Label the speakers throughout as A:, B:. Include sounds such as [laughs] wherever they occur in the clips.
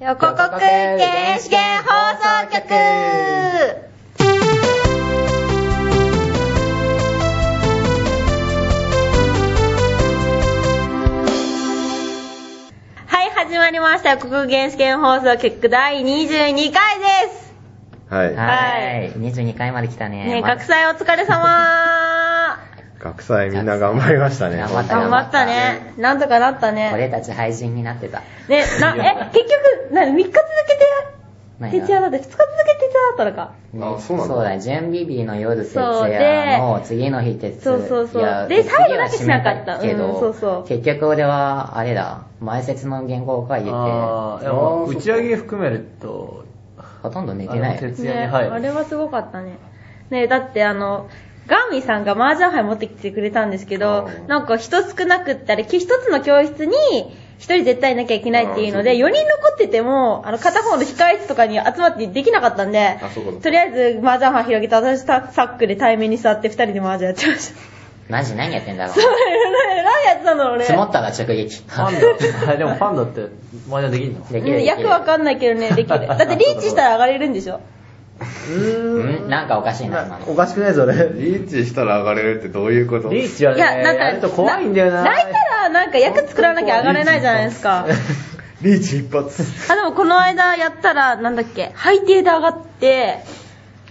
A: 横国原始圏放送局はい、始まりました。横国原始圏放送局第22回です。
B: はい。
A: はい
C: はい。22回まで来たね。
A: ね、
C: まだ
A: 学祭お疲れ [laughs] 様
B: 学祭みんな頑張りましたね。
C: 頑張った
A: 頑張ったね。なんとかなったね。
C: 俺たち廃人になってた。
A: ね、な、え、結局、な、3日続け
C: 何
A: て、
C: が
A: 徹夜だって、2日続けて徹夜だったのか。
B: あそうなんだ
C: そうだね。準備日の夜徹
A: そうで
C: 夜の次の日徹
A: そうそうそう
C: いや
A: で
C: 徹
A: 最後だけしなかった
C: 夜は締めけど、
A: うんそうそう
C: 結局俺は、あれだ、前説の原稿を書いてて、
D: あーで
B: あー
D: も
B: そっ
D: 打
B: か
D: ち上げ含めると、
C: ほとんど寝てな
D: あの
C: い。
D: 徹夜に
A: あ
D: 入
A: れ
D: る。
A: はすごかったね。ねだってあの、ガンミさんが麻雀杯持ってきてくれたんですけど
B: あ、ー
A: なんか人少なくって、あれ、き一つの教室に、一人絶対いなきゃいけないっていうの
B: あ
A: で、
B: ーそ
A: 4人残ってても、あの、片方の控え室とかに集まってできなかったんで
B: あそうかそう、か
A: とりあえず麻雀杯広げて、私ササックで対面に座って二人で麻雀やってました。 [laughs]
C: マジ何やってんだろう。
A: えらいやつなの俺。
C: 積もったら直撃。
D: フ [laughs] ァンだ。あでもファンだって、麻雀できんの
C: [laughs] でき
A: う
C: る。
A: ん役わかんないけどね、できる。だってリーチしたら上がれるんでしょ
C: うんなんかおかしいな、今の。
D: おかしくないそれ。リ
B: リーチしたら上がれるってどういうこと
D: ーチはいね、
A: や、
D: や
A: なん
D: る
A: か、
D: と怖いんだよな。
A: 泣いたらなんか役作らなきゃ上がれないじゃないですか。
B: リーチ一発。
A: あ、でもこの間やったら、なんだっけ、背底で上がって、
B: へ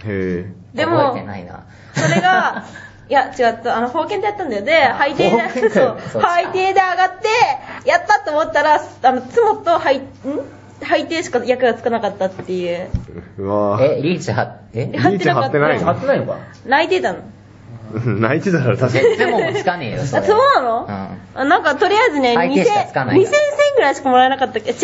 B: え。
A: で
C: 覚え
A: も
C: て、ないな。
A: それが、いや、違った、あの、封建でやったんだよ。で、背底
D: 封建
A: で、
D: か
A: そう、
C: そ
A: 背
C: うか
A: 底で上がって、やったと思ったら、あの、ツモと背、ん背底しか役がつかなかったっていう。
B: うわぁ。
C: え、リーチは、
D: [laughs]
C: え
B: リーチ張ってない
D: 貼っ
B: の
D: てないのか
A: 泣いてたの。
B: 泣いてたら確か
C: え、でもつかねえよ、そ
A: あ、 [laughs]
C: れ。
A: ツモなの
C: うん
A: あなんか、とりあえずね、
C: 背
A: 2000、
C: 景しかつかない
A: 2000銭ぐらいしかもらえなかったっけ違う、1500、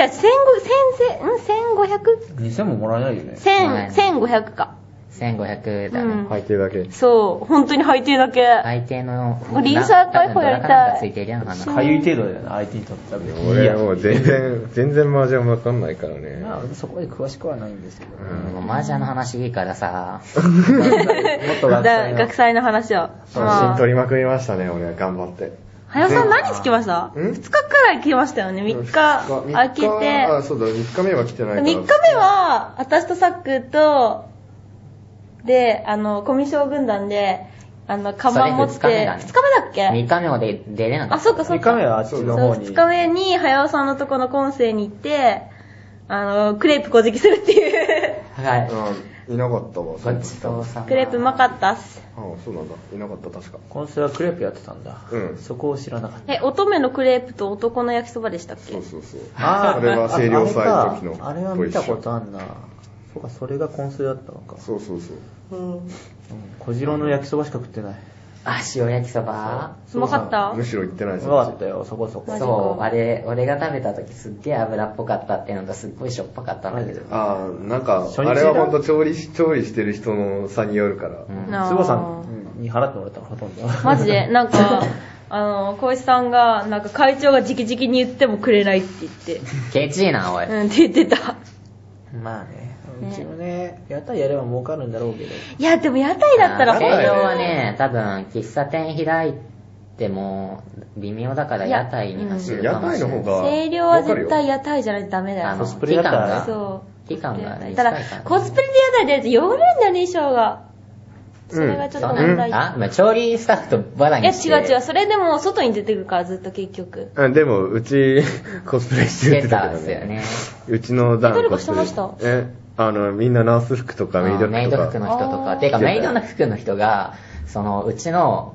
A: 1000、
D: ?2000 ももらえないよね。
A: 1500?1000、1500か。
C: 1500だ
A: う
C: ね
A: ん。
B: に。背景だけ。
A: そう、本当に背底だけ。
C: 相手の、
A: リーサー解放やりたい
C: 多分ドラかなんかついてるやんかな。
D: かゆい程度だよね、相手にとったら。い
B: 俺
D: や
B: もう全然、全然麻雀わかんないからね。
D: まあそこまで詳しくはないんですけ [laughs] ど。
C: うんもう麻雀の話いいからさ、
D: もっと学
A: だ
D: 生
A: 学祭の話を。
B: 写真
A: まあ、
B: 撮りまくりましたね、俺は頑張って。
A: はやさん何日来ました
B: ん
A: ?2 日くらい来ましたよね。3日
B: 三
A: 開けて。
B: あ、
A: 3
B: そうだ、3日目は来てないから。
A: 日目は、私とサックと、で、あの、コミュ障軍団で、あの、カバン持って、2
C: それ二日目
A: 日
C: だ
A: 目
C: の
A: だっけ
C: 3日目まで出れなか
A: あ、
C: っ
A: そうかそう
D: 2
A: か。
D: 日目はあっちの
A: そう
D: 方に。
A: 2日目に、はやおさんのとこのコンセに行って、あの、クレープ小じきするっていう。
C: [laughs] た。はい。
B: うん、いなかったわ。
C: ごちそうさま。
A: クレープうまかったっす。
B: あそうなんだ。いなかった、確か。
D: 今週はクレープやってたんだ。
B: うん
D: そこを知らなかった。
A: え、乙女のクレープと男の焼きそばでしたっけ
B: そうそうそう。
D: あー
B: それは清涼祭の時の
D: あれかあれは見たことあんな。そうか、それが今週だったのか。
B: そうそうそう。
D: うん小次郎の焼きそばしか食ってない。
C: あ、塩焼きそば
A: うまかった
B: むしろ行ってないうです
D: まかったよ、そこそこ
A: マ。ジか
C: そう、あれ、俺が食べた時すっげえ油っぽかったっていうのがすっごいしょっぱかったんだけど。
B: ああ、なんか、
D: 初日だ
B: あれは本当調理し、調理してる人の差によるから。
C: うん
A: なあ
D: すごさんに払ってもらったのほとんど。
A: マジで、なんか、あの、小石さんが、なんか会長が直々に言ってもくれないって言って、
C: ケチいな、おい。
A: うん、って言ってた。
D: まあね、うちもね、やったらやれば儲かるんだろうけど。
A: いや、でも屋台だったら
C: あ
A: ほん
C: ー
A: と
C: 営業はね、多分、喫茶店開いても、微妙だから屋台に走る
B: 屋
C: かもし
B: 台
C: れ
B: の
C: ない。
B: 方が。
A: 清涼は
B: わか
A: 絶
B: るよ
A: 対屋台じゃないとダメだ
C: あ
A: よ
C: の、
D: コスプレだ
C: 期間
D: から
C: が、
A: そう。
C: 期間が短い
A: た
C: か
A: だ
C: らね、
A: コスプレで屋台でやると汚れるんだよね、衣装が。それがちょっと問題。
C: あ、まあ、調理スタッフとバラ
A: いや、
C: にして。
A: 違う違う。それでも外に出てくるから、ずっと結局。
B: あでも、うち、 [laughs] コスプレしてるっ
C: 出
B: て言
C: た
B: っ
C: ん
B: て
C: ですよね。
B: うちの団
A: えどれかしてました
B: え、あの、みんなナース服とかメイド
C: あメイ
B: 服と
C: ド
B: か。
C: 服の人と
A: あ
C: か。
A: ー
C: てか、メイドの服の人が、その、うちの、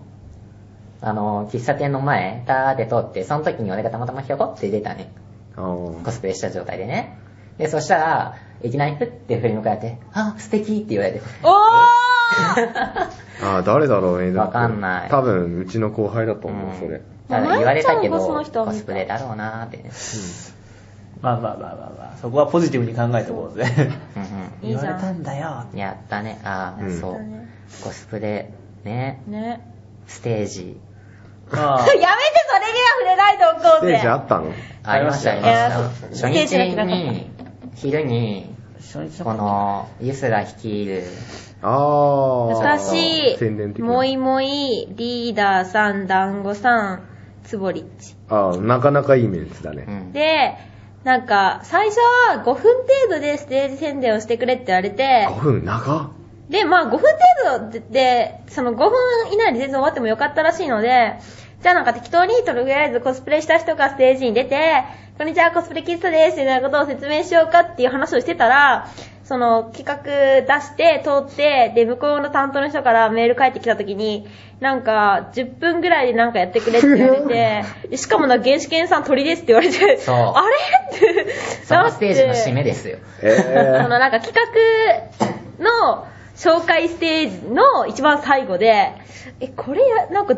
C: あの、喫茶店の前、ターで通って、その時に俺がたまたまひょこって出たね。コスプレした状態でね。で、そしたら、いきなりふって振り向かれて、あ、素敵って言われて。
A: おー
B: あーあー、誰だろう、メイド服。
C: わかんない
B: 多分、うちの後輩だと思う、それ。
C: ただ言われたけ
A: まあ舞ちゃんがその
C: ど、
A: 人を見
C: コ
A: た
C: スプレだろうなーってね。
D: まあまあまあまあまあ、そこはポジティブに考えてこうぜ。
C: うん
A: い
D: 言
A: い
D: わ
A: じ
D: れ
A: ゃん
D: たんだよ。
C: うんやったね。あー、
B: うん
C: そう
A: やったね。
C: コスプレ、ね。
A: [laughs] ね。
C: ステージ。
D: ま
A: や [laughs]
D: あ
A: めて、それには触れないでおこ
B: ス
A: う
B: テ
A: ぜ
B: ージ。あったの
C: ありました、あり
A: いや
C: まし
A: そ
C: た。
A: う
C: 初
A: ステージ
C: 日
A: だけなかっ
C: に、昼に、
D: 初日
C: この、ユスラ率いる、
B: ああ。
A: 私
B: 宣伝、的な
A: もいもい、リーダーさん、団子さん、つぼりっち。
B: ああ、なかなかいいメンツだね
C: う。ん
A: で、なんか、最初は5分程度でステージ宣伝をしてくれって言われて、
B: 5分長っ
A: で、まあ5分程度で、その5分以内で全然終わってもよかったらしいので、じゃあなんか適当にとりあえずコスプレした人がステージに出て、こんにちは、コスプレキッズです、みたいなことを説明しようかっていう話をしてたら、その企画出して、通って、で、向こうの担当の人からメール返ってきた時に、なんか、10分ぐらいでなんかやってくれって言われ
C: [laughs]
A: て、でしかもな、原始研さん鳥ですって言われて、
C: そう
A: あれって、
C: そのステージの締めですよ。
E: え
A: そのなんか企画の紹介ステージの一番最後で、え、これや、なんか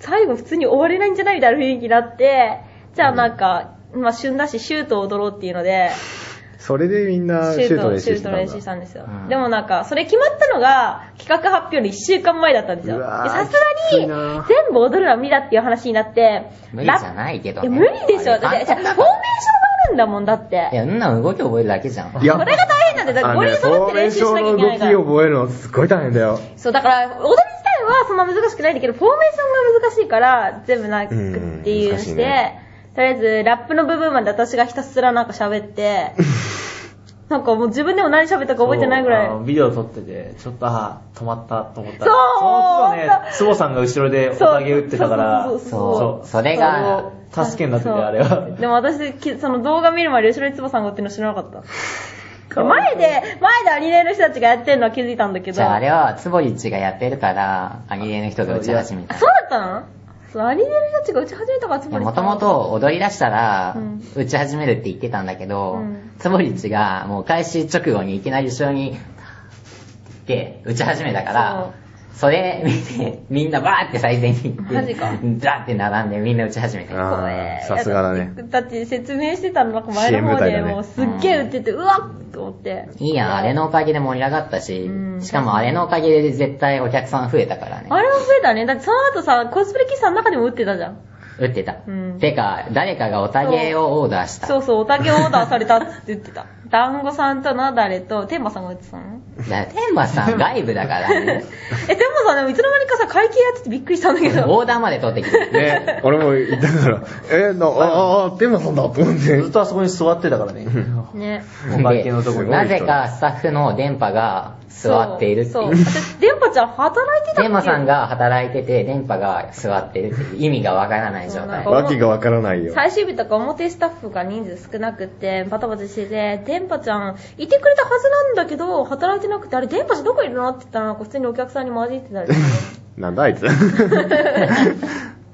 A: 最後普通に終われないんじゃないみたいな雰囲気になって、じゃあなんか、まあ旬だしシュートを踊ろうっていうので、
B: それでみんなシュートの練
A: シュ
B: 習
A: ー
B: し
A: ト
B: て
A: の
B: た
A: 練
B: ん
A: 習し
B: だ。
A: たんですよ。
C: うん
A: でもなんか、それ決まったのが企画発表の1週間前だったんですよ。
B: う
A: で
B: わー
A: さす
B: きつい
A: が
B: な
A: に全部踊るのは無理だっていう話になって、
C: 無理じゃ
A: ラ
C: ないけど、
A: い
C: ね。
A: や無理でしょ。だって、じゃあフォーメーションがあるんだもんだって。
C: いや、うんな動き覚えるだけじゃん。
B: いや
A: それが大変なんで、だから
B: あ
A: 5
B: のね
A: 人揃って練習しなきゃいけない
B: フォーメーショ
A: か
B: ン
A: ら
B: の動き。覚えるのすっごい大変だよ。
A: そう、だから、踊り自体はそんな難しくないんだけど、フォーメーションが難しいから、全部なくっていうのし
B: うん難しい
A: て、
B: ね
A: とりあえず、ラップの部分まで私がひたすらなんか喋
B: [laughs]
A: って、なんかもう自分でも何喋ったか覚えてないぐらい
F: そうあ。のビデオ撮ってて、ちょっと、あー止まったと思ったら。
A: そう
F: の頃ね、スボさんが後ろでおたげ打ってたから、
A: そう
C: そうう。それが、
F: その助けになってて、
A: そう
F: あれは。
A: でも私、きその動画見る前に後ろにつばさんがおってるの知らなかった。前で、前でアニメの人たちがやってるのは気づいたんだけど。
C: じゃああれは、つぼりちがやってるから、アニメの人が打ち始め
A: あ
C: た。
A: そうだったのそう、アニメの人たちが打ち始めたからつぼり
C: もともと踊り出したら
A: うん、
C: 打ち始めるって言ってたんだけど
A: うん、
C: つぼりちがもう開始直後にいきなり後ろに、で、打ち始めたから、それ見て、みんなバーって最前に行って、
A: マジか
C: ダーって並んでみんな打ち始めた。
B: あーさすがだね。
A: だって説明してたのなんか前の方
B: CM
A: で
B: だね
A: もうすっげえ売ってて、うわっと思って。
C: いいやん、あれのおかげで盛り上がったし
A: う、ん
C: しかもあれのおかげで絶対お客さん増えたからね。
A: あれも増えたね。だってその後さ、コスプレ喫茶の中でも売ってたじゃん。
C: 打ってた。
A: うん
C: てか、誰かがおたげをオーダーした。
A: そうそう、おたけオーダーされたっつって言ってた。団子さんとなだれと、天馬さんが売ってたの
C: だから天馬さん外部だからね。
A: え、天馬さんでもいつの間にかさ、会計やっててびっくりしたんだけど。
C: オーダーまで取ってき
A: [laughs]
C: て。
B: ね、俺も言ったから、えな、ああ、テーマさんだと思っ。
F: ずってとあそこに座ってたからね。
A: ね。
F: お会計のとこ
B: す
F: に
B: ごい。
C: なぜかスタッフの電波が座っているって
A: そう。
C: いう。
A: 私、電波ちゃん働い
C: [laughs]
A: てたっけ
C: 電波さん。が働いてて、電波が座ってるっていう意味がわからない状態
A: そう。
B: わけがわからないよ。
A: 最終日とか表スタッフが人数少なくって、バタバタしてて、電波ちゃん、いてくれたはずなんだけど、働いてなくて、あれ、電波ちゃんどこいるのって言ったら、なんか普通にお客さんに混じってたりして。
B: なん
A: [laughs]
B: だあいつ。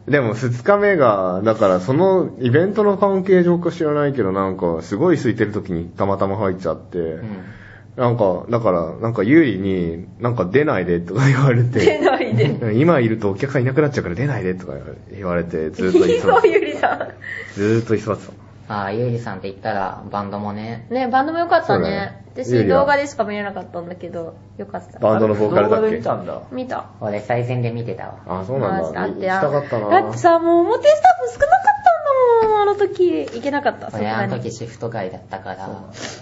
B: でも2日目が、だからそのイベントの関係上か知らないけど、なんかすごい空いてる時にたまたま入っちゃって、
C: うん
B: なんか、だから、なんか有利に、なんか出ない [laughs] でとか言われ
A: 出
B: て、
A: ないで。
B: 今いるとお客さんいなくなっちゃうから出ないでとか言われて、ずーっと
A: [laughs]
B: 居座っ
A: そう、
B: て
A: ゆりさん。
B: た。ずーっと居座ってた。
C: ああ、ゆうりさんって言ったらバンドもね、
A: ね、バンドも良かった
B: そうだ
A: ね
B: ね。ゆ
A: 私、
B: りは
A: 動画でしか見れなかったんだけど、良かった。
B: バンドのボーカルだ
F: 動画
B: っ
F: で見
B: け
F: たんだ。
A: 見た。
C: 俺最前で見てたわ。
B: あ、そうなんだ。
A: マ
B: 行
A: ジ
B: き
A: で
B: た
A: あ
B: か
A: っ
B: ってた
A: あ
B: な
A: だってさ、もう表スタッフ少なかったんだもん、あの時。行けなかった。さす
C: 俺
A: が
C: あ
A: に
C: の時シフト外だったから、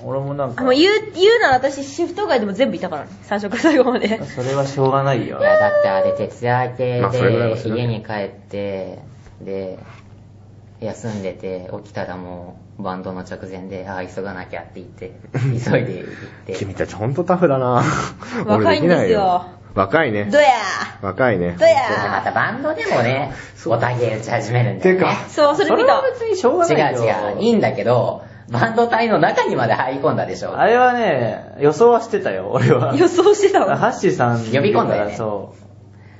F: 俺もなん
A: あ
F: か、
A: もう言う、言うなら私、シフト外でも全部いたからね。最初から最後まで。
F: それはしょうがないよ
C: い。やだってあれ徹夜明け
B: まあそれぐらいは
C: です
B: るね
C: 家に帰ってで休んでて起きたらもうバンドの直前でああ急がなきゃって言って急いで行って
B: 君たちほんとタフだな
A: 若いんですよ
B: 俺きな若いね。
A: どや
B: 若いね。
A: ーどやー
C: またバンドでもねおたげ打ち始めるんだよね
A: そう、それ見た
F: は。別にしょうがないよ。
C: 違う違ういいんだけどバンド隊の中にまで入り込んだでしょ
F: あれはね、予想はしてたよ、俺は。
A: 予想してたわ。
F: ハッシーさん。
C: 呼び込んだよね
F: そう。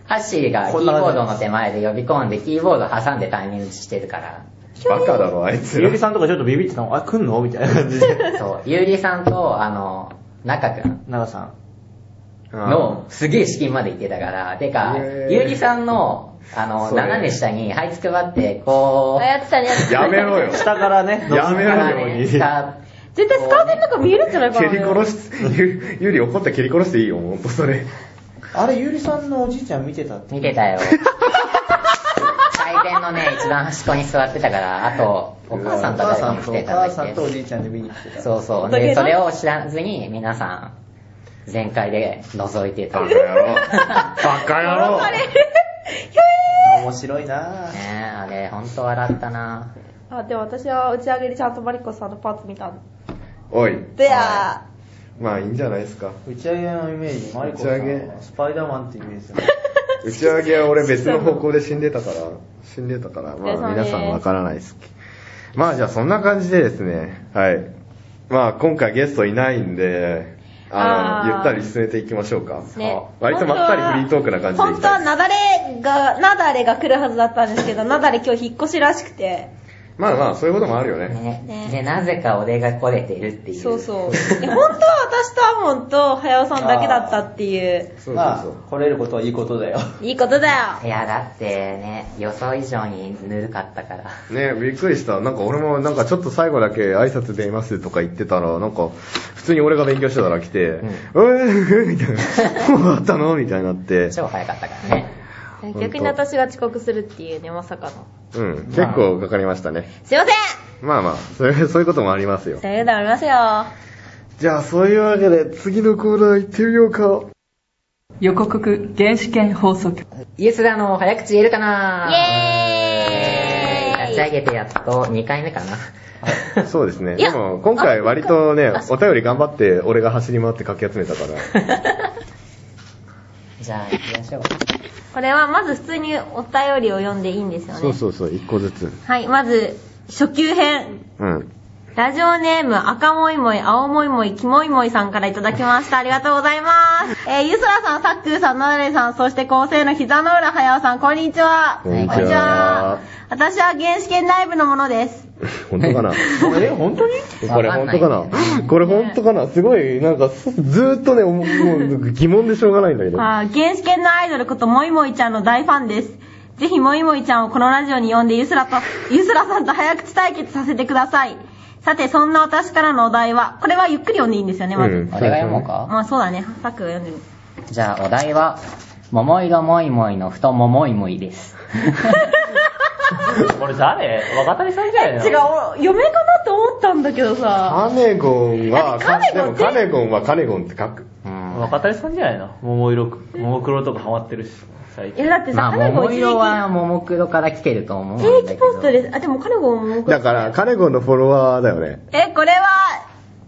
C: ハッシーがキ
F: こ
C: ー
F: んな感じ
C: ボードの手前で呼び込んでキーボード挟んでタイミング打ちしてるから
B: バカだろ、あいつ
F: ゆ
B: ら
F: り。さんとかちょっとビビってたもん。あ、来んのみたいな感
C: [laughs]
F: じで。
C: そうゆうりさんとあの中くん
F: 奈良さん。
C: の、すげえ資金まで行ってたから、てか
B: へ、ー
C: ゆうりさんの、あの、
B: それ
C: 斜め下に、はいつくばって、こ
A: あ、やってたね、やってたね
B: やめろよ。
F: 下からね、
B: やめ
C: う、
B: ろ
C: から
B: よ
C: ね、下、
A: 絶対スカーフェの中見えるんじゃないか
B: 蹴
A: な。
B: り殺す、ゆ、ゆり怒って蹴り殺していいよ、ほんとそれ。
F: あれ、ゆりさんのおじいちゃん見てたって。
C: 見てたよ。最前のね、一番端っこに座ってたから、あと、お母さんと誰かも来て
F: お
C: ただ
F: 母
C: い
F: さんとお
C: て。
F: じいちゃんで見に来てた。
C: そうそう。
A: お互い
C: で、
A: だ
C: それを知らずに、皆さん、全開で覗いてた。
B: バカ
C: ね
B: 野
A: [laughs]
B: 郎。バカ野郎。
A: あれ
F: 面白いなぁ。
C: え、あれ、ほんと笑ったな
A: あ、でも私は打ち上げでちゃんとマリコさんのパーツ見たん
G: おい。
A: で。や
G: まあいいんじゃないですか。
H: 打ち上げのイメージ、マリコさん
G: 打ち上
H: は
G: げ
H: スパイダーマンっていうイメージだね。
G: 打ち上げは俺別の方向で死んでたから、死んでたから、ま
A: お疲れ様
G: あ
A: で
G: 皆
A: す
G: さんわからないですけど。まあじゃあそんな感じでですね、はい。まあ今回ゲストいないんで、あ
A: あー
G: の、ゆったり進めていきましょうか。
A: ーね
G: 割とまったりフリートークな感じでいき
A: 本当
G: た。
A: はいなだれが、なだれが来るはずだったんですけど、なだれ今日引っ越しらしくて。
G: まあまあそういうこともあるよね。
C: ね
A: ね
C: で、なぜか俺が来れてるっていう。
A: そう
G: [laughs]
A: そう。え本当は私とアモンと早尾さんだけだったっていう。
G: そうそう
H: まあ
G: そう。、
H: 来れることはいいことだよ。
A: いいことだ
C: いや、だってね、予想以上にぬるかったから。 [laughs]
B: ねびっくりした。なんか俺もなんかちょっと最後だけ挨拶出ますとか言ってたら、なんか普通に俺が勉強してたら来て、うん、みたい
G: [laughs]
B: な、もうあったのみたいになって、
C: 超早かったからね。
A: よ。逆に私が遅刻するっていうね、まさかの。
B: うん、結構かかりましたね。
A: すいません
B: まあまあ、そう [laughs] いうそういうこともありますよ。
A: そういうのありますよ。
B: じゃあそういうわけで次のコーナー行ってみようか。
I: 予告原始圏法則。
C: イエスだの、早口言えるかな
A: イエーイ
C: 立ち上げてやっと2回目かな。 [laughs]
B: そうですね。
A: いや
B: でも、今回割とね、お便り頑張って、俺が走り回ってかき集めたから。
C: じゃあ、行きましょう。
A: これはまず普通にお便りを読んでいいんですよね。
B: そうそうそう、一個ずつ。
A: はい、まず、初級編。
B: うん。
A: ラジオネーム、赤もいもい、青もいもい、きもいもいさんからいただきました。ありがとうございます。えー、ゆすらさん、さっくーさん、なだれさん、そして構成の膝の裏はやおさん、こんにちは。
B: こんに
C: こんに
B: ち
C: ち
B: は。
A: 私は原始圏内部のものです。
B: 本当かな
H: え、本当に
B: これ本当かなこれ本当かなすごい、なんか、ずーっとね、もうもう疑問でしょうがないんだけど。
A: あー原始圏のアイドルこともいもいちゃんの大ファンです。ぜひもいもいちゃんをこのラジオに呼んでゆすら
B: [laughs]
A: と、ゆすらさんと早口対決させてください。さて、そんな私からのお題は、これはゆっくり読んでいいんですよね、まず。
B: うん
C: 俺が読もうか、
A: まあそうだね、さっくーが読んでる。
C: じゃあ、お題は、桃色もいもいの太ももいもいです。
F: [laughs] これ誰若谷さんじゃないの
A: 違う、俺嫁かなって思ったんだけどさ。
B: カネゴンは、
A: だってカネゴン
B: でもカネゴンはカネゴンって書く。
C: うん。
F: 若谷さんじゃないの桃色く、桃黒とかハマってるし、最
A: え、
F: 近。
A: だって
C: ま
A: さ、
C: あ、
A: カネゴ
C: 桃
A: 一
C: 色
A: 時
C: は桃黒から来てると思うんだ
A: 期、
C: け
A: 定期
C: ど。
A: ポストです。あ、でもカネゴも僕
B: だから、カネゴンのフォロワーだよね。
A: え、これは、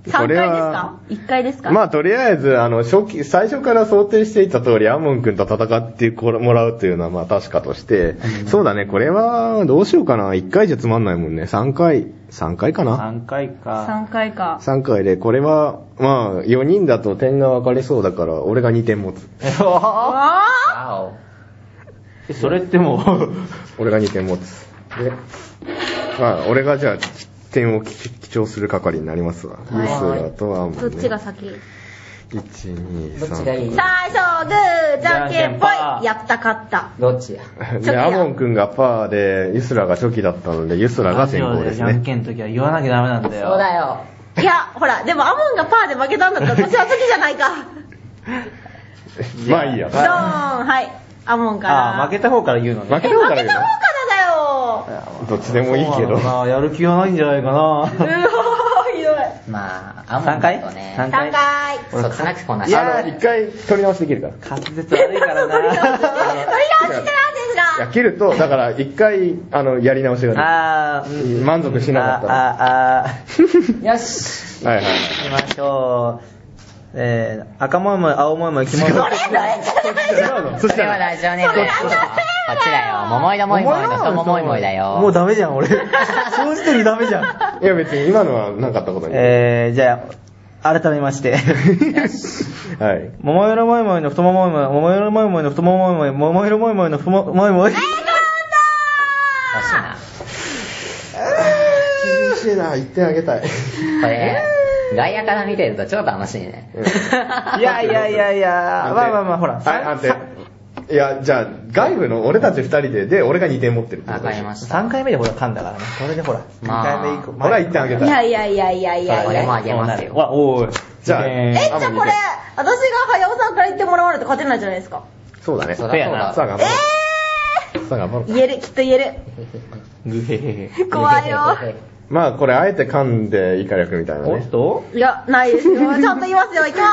A: 3
B: こ
A: 回で
B: れ
A: す
B: は
A: か ?1 回ですか
B: まあ、とりあえず、あの、初期、最初から想定していた通り、アモン君と戦ってもらうというのは、まあ、確かとして、そうだね、これは、どうしようかな。1回じゃつまんないもんね。3回、3回かな。
F: 3回か。
A: ?3 回か。
B: 3回で、これは、まあ、4人だと点が分かれそうだから、俺が2点持つ。
C: [laughs]
A: あ
C: わお
F: えそれってもう、
B: 俺が2点持つ。で、まあ、俺がじゃあ、点を記記帳する係になりますわ。ユスラとアモン、ね。
A: どっちが先
B: 1、2、
C: どっちがい
B: 3。
C: い
A: 最初グー、じゃんけんぽ
F: じゃんけんぽ
A: い
F: い
A: やったかった。
C: どっちや
B: [laughs] で、アモン君がパーで、ユスラが初期だったので、ユスラが
F: ラジ
B: 先
F: オ
B: 行
F: で
B: で
F: じ
B: す
F: ゃん
B: ね。
F: けんの時は言わなきゃダメなんだよ。
C: そうだよ。
A: いや、ほら、でもアモンがパーで負けたんだったら私は先じゃないか。
B: [laughs] まあいいや。
A: ドーン、はい。アモンから。
F: あ、負けた方から言うのね。
B: 負け
A: え
B: た方か
A: 負
B: ら
A: け
B: 言う
A: た方
B: の
A: か
F: [laughs]
A: らだよ。
B: どっちでもいいけ
F: そう
B: ど
F: な。のかなやる気はないんじゃないか
A: う
F: な。
A: わー、ひどい。
C: まあ、アモン
F: 3
C: 君
F: 回
C: とね、
F: 三
A: 3
F: 回。
A: 回。
C: そつなくこな
B: あ
C: し。
B: の、一回取り直しできるから。
F: [laughs] 滑舌悪いから
A: それが
F: な。
A: 落ちてなんですが。
B: いや、切ると、だから一回、あの、やり直しができる。
F: あー、うん
B: 満足しなかったら
F: あー、あー、
C: よし
B: はいはいはい。
F: 今今日、えー、赤もいもい、青もいもい、黄もいもい。
B: 違うのそし
C: それ
B: た
C: は
B: ら、
C: ラジオネームです。こっちだよ。桃色もいもいの太ももいもいだよ。
F: もうダメじゃ
C: [laughs]
F: ん、俺。正直にダメじゃん。
B: いや別に今のはなかったことに。は
F: [laughs] えー、じゃあ、改め
C: [laughs]
F: ま [laughs] して。
B: い。
F: 桃色もいもいの太ももいもい、桃色もいもいの太ももいもい、桃色もいもいの太ももいもい。
C: 欲しいな。
B: 厳しいな、言ってあげたい。
C: これ、外野から見てると超楽しいね。
F: いやいやいやいや、まあまあまあ、ほら。
B: はい、安定。いや、じゃあ、外部の俺たち二人で、で、俺が2点持ってるってこ
C: わ
B: と
C: か
B: で
C: りました。
F: 3回目でほら噛んだからね。これでほら、
C: まあ
F: 2回目以降。
B: ほら、言ってあげ
A: い
B: た
A: や
B: い。
A: いやいやいやいや
C: こ
A: い
C: れも
A: や。
C: あげます
F: う
C: よ。
F: わ、おい。
B: じゃあ
F: え
A: え、じゃあこれ、私が早尾さんから言ってもらわないと勝てないじゃないですか。
B: そうだね。
C: そ
B: さ
C: りゃそうだ。
B: あ、頑張ろう。さあ、頑張ろう。
A: 言える、きっと言え
F: ぐへへへ。
A: る。怖いよ。
B: [laughs] まあ、これ、あえて噛んで、イカ略みたいな
F: お
B: ね
F: っ。と
A: いや、ないですよ。ちゃんと言いますよ。いきま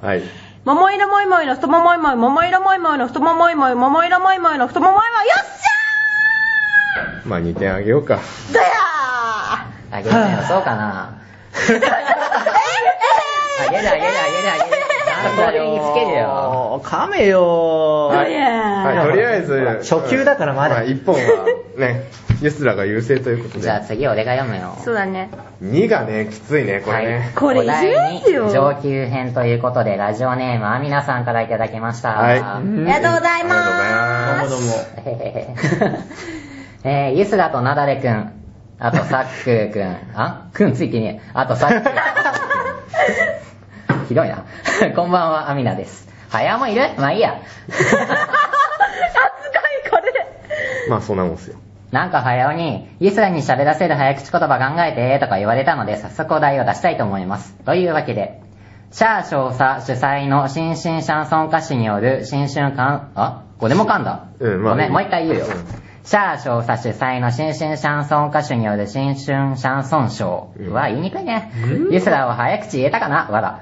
A: す。
B: はい。
A: 桃色もいもいの太ももいもい、桃色もいもいの太ももいもい、桃色もいもいの太ももいもい、よっし
B: まあ、2点あげようか。
A: ゃーだや
C: あげるのそうかな。あげるあげるあげるあげる。なんだよ。につけるよ。
D: 噛めよ
A: そうや
B: はい、とりあえず、
D: 初級だからま
B: まあ
D: だ。
B: 1本はね、ユスラが優勢ということ
C: じゃあ
B: で。
C: 次俺が読むよ。
A: そうだね。
B: 2がね、きついね、これね。
A: これ
C: お題
A: いいですよ
C: に上級編ということで、ラジオネームアミナさんからいただきました。
B: はい
A: ありがとうござい
B: あ
A: ま
B: り
A: す。
B: がとうございます。
C: えー [laughs] えー、ユスラとナダレくん、あとサックーくん、あくんついてねえ。あとサック [laughs] ーくん。ひどいな。 [laughs] こんばんは、アミナです。早もいるまあいいや。 [laughs]
A: 扱いこれ。
B: まあそんなもんですよ。
C: なんか早尾に、ユスラに喋らせる早口言葉考えて、とか言われたので、早速お題を出したいと思います。というわけで、シャー少佐主催の新進シャンソン歌手による新春感、あこれも噛んだ。
B: うんまあ
C: ごめん、もう一回言うよ
B: うん。
C: シャー少佐主催の新進シャンソン歌手による新春シャンソンショー。うわ、言いにくいね。ユスラを早口言えたかなわら。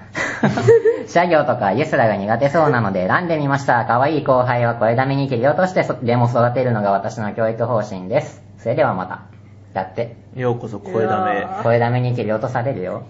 C: 社業とかユスラが苦手そうなので選んでみました。可愛い後輩は声だめに切り落としてそでも育てるのが私の教育方針です。それではまた。だって、
D: ようこそ声だめ。
C: 声だめに切り落とされるよ。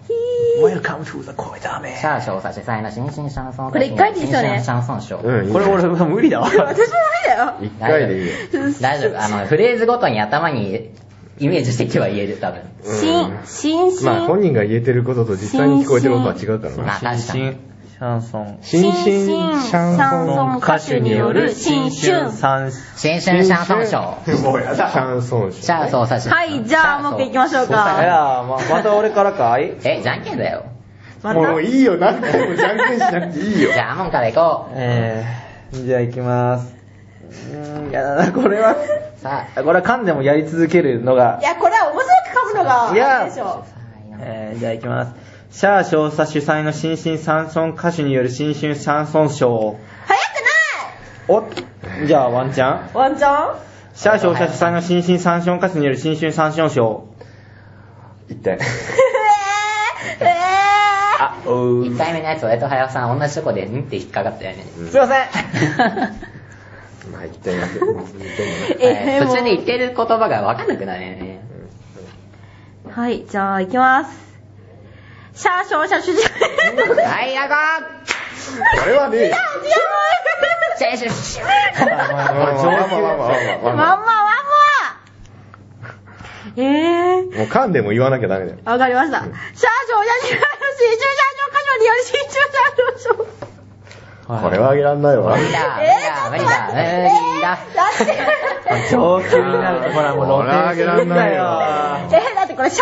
D: Welcome to the 声だめ
C: シ。ャー少佐主催の新進シャンソン歌
A: これ一回でいいですよね
C: 新進シャンソンショー。
B: うん、いい
D: これ俺は無理
F: [laughs]
D: だわ。
A: 私も無理だよ。
B: 1回でいいよ。
C: 大丈夫。あの、フレーズごとに頭にイメージしていけば言える、多分。
A: 新、新、新。
B: まあ本人が言えてることと実際に聞こえてることは違うからな。
C: まあ、確かに。
F: シャンソン。
B: 新進シャンソン
A: ン歌手による新春。
F: 三
C: 新春シャンソンショー。
B: もうやだ。シャンソンシ
C: シャー総差し。
A: はい、じゃあ、うまくいきましょう
F: い
A: か。
F: やーま、また俺からかい
C: え、じゃんけんだよ。
A: ま
B: もう
A: た、
B: いいよ、何回もじゃんけんしなくていいよ
C: じ。ゃあ、アモンから行こ
F: えー、じゃあ行きます。うーん、やだな、これは。
C: う。さあ、
F: これは噛んでもやり続けるのが
A: い。や、これは面白く噛むのが、あれでしょ。
F: えー、じゃあ行きます。シャー少佐主催の新進シャンソン歌手による新春シャンソンショー。
A: 早
F: おじゃあワンチャン
A: くないワンチャン
F: シャー少佐主催の新進シャンソン歌手による新春シャンソンショー。
B: 一体。
A: えー、え
F: あ、お
C: 1
F: ー。
C: 回目のやつ、俺と早尾さん同じとこで、んって引っかかったよね。
F: すいません
B: まあ一体やってもう二点もない
A: ー、
C: え
A: も
C: ー
A: う
C: 途中で言ってる言葉がわかんなくなるよね。
A: はい、じゃあ、いきます。シャーショーシャーシュシュ。
C: はい、やこ
B: これはねえよ。
C: ーシェイシェイシェイ
B: まあまあまあま
A: ワ
B: あ
A: ン
B: ま
A: マ
B: あ
A: ワンマえー。
B: もう噛んでも言わなきゃダメだよ。
A: わかりました。シャーショーシャーシュシュ新春シャンソン歌手による新春シャンソンショー。
B: これはあげらんないわ。
C: 無理だ、無理だ、無理だ。
A: だって、
F: 上級になると、ほらもう露呈するんだよ。
A: え、だってこれ、シャーショーシャ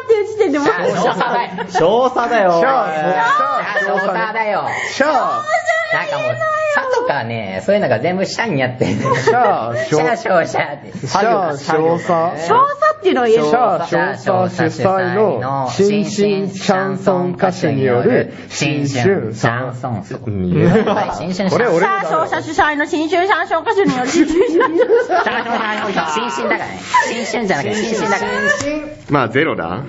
A: ーっていう時点でもう、
C: シャー少佐だよ。シ
F: 少佐だよ。
B: シャ
C: ャー少
B: ー、シャー、シャー、シャー、シャー、シャー、シャー、シャー、シャー、シャー、シャー、シャー、シャー、シャー、シャー、シャー、シ
C: 佐だよ。
B: ャ
C: なんかもう、さとかね、そういうのが全部シャになってる。シシャーショーシャーって。
A: 少佐っていうのを言える。
C: シャーショー主催の新進シャンソン歌手による新春シャンソンソン。はい新春シャンソン。
B: これ
A: シ
B: 俺
A: ャーショーシャー主催の新春シャンソン歌手による新春シャンソン
C: シャーショーシャーショー新春だからね。新春じゃなくて新春だからね。
B: まあゼロだ。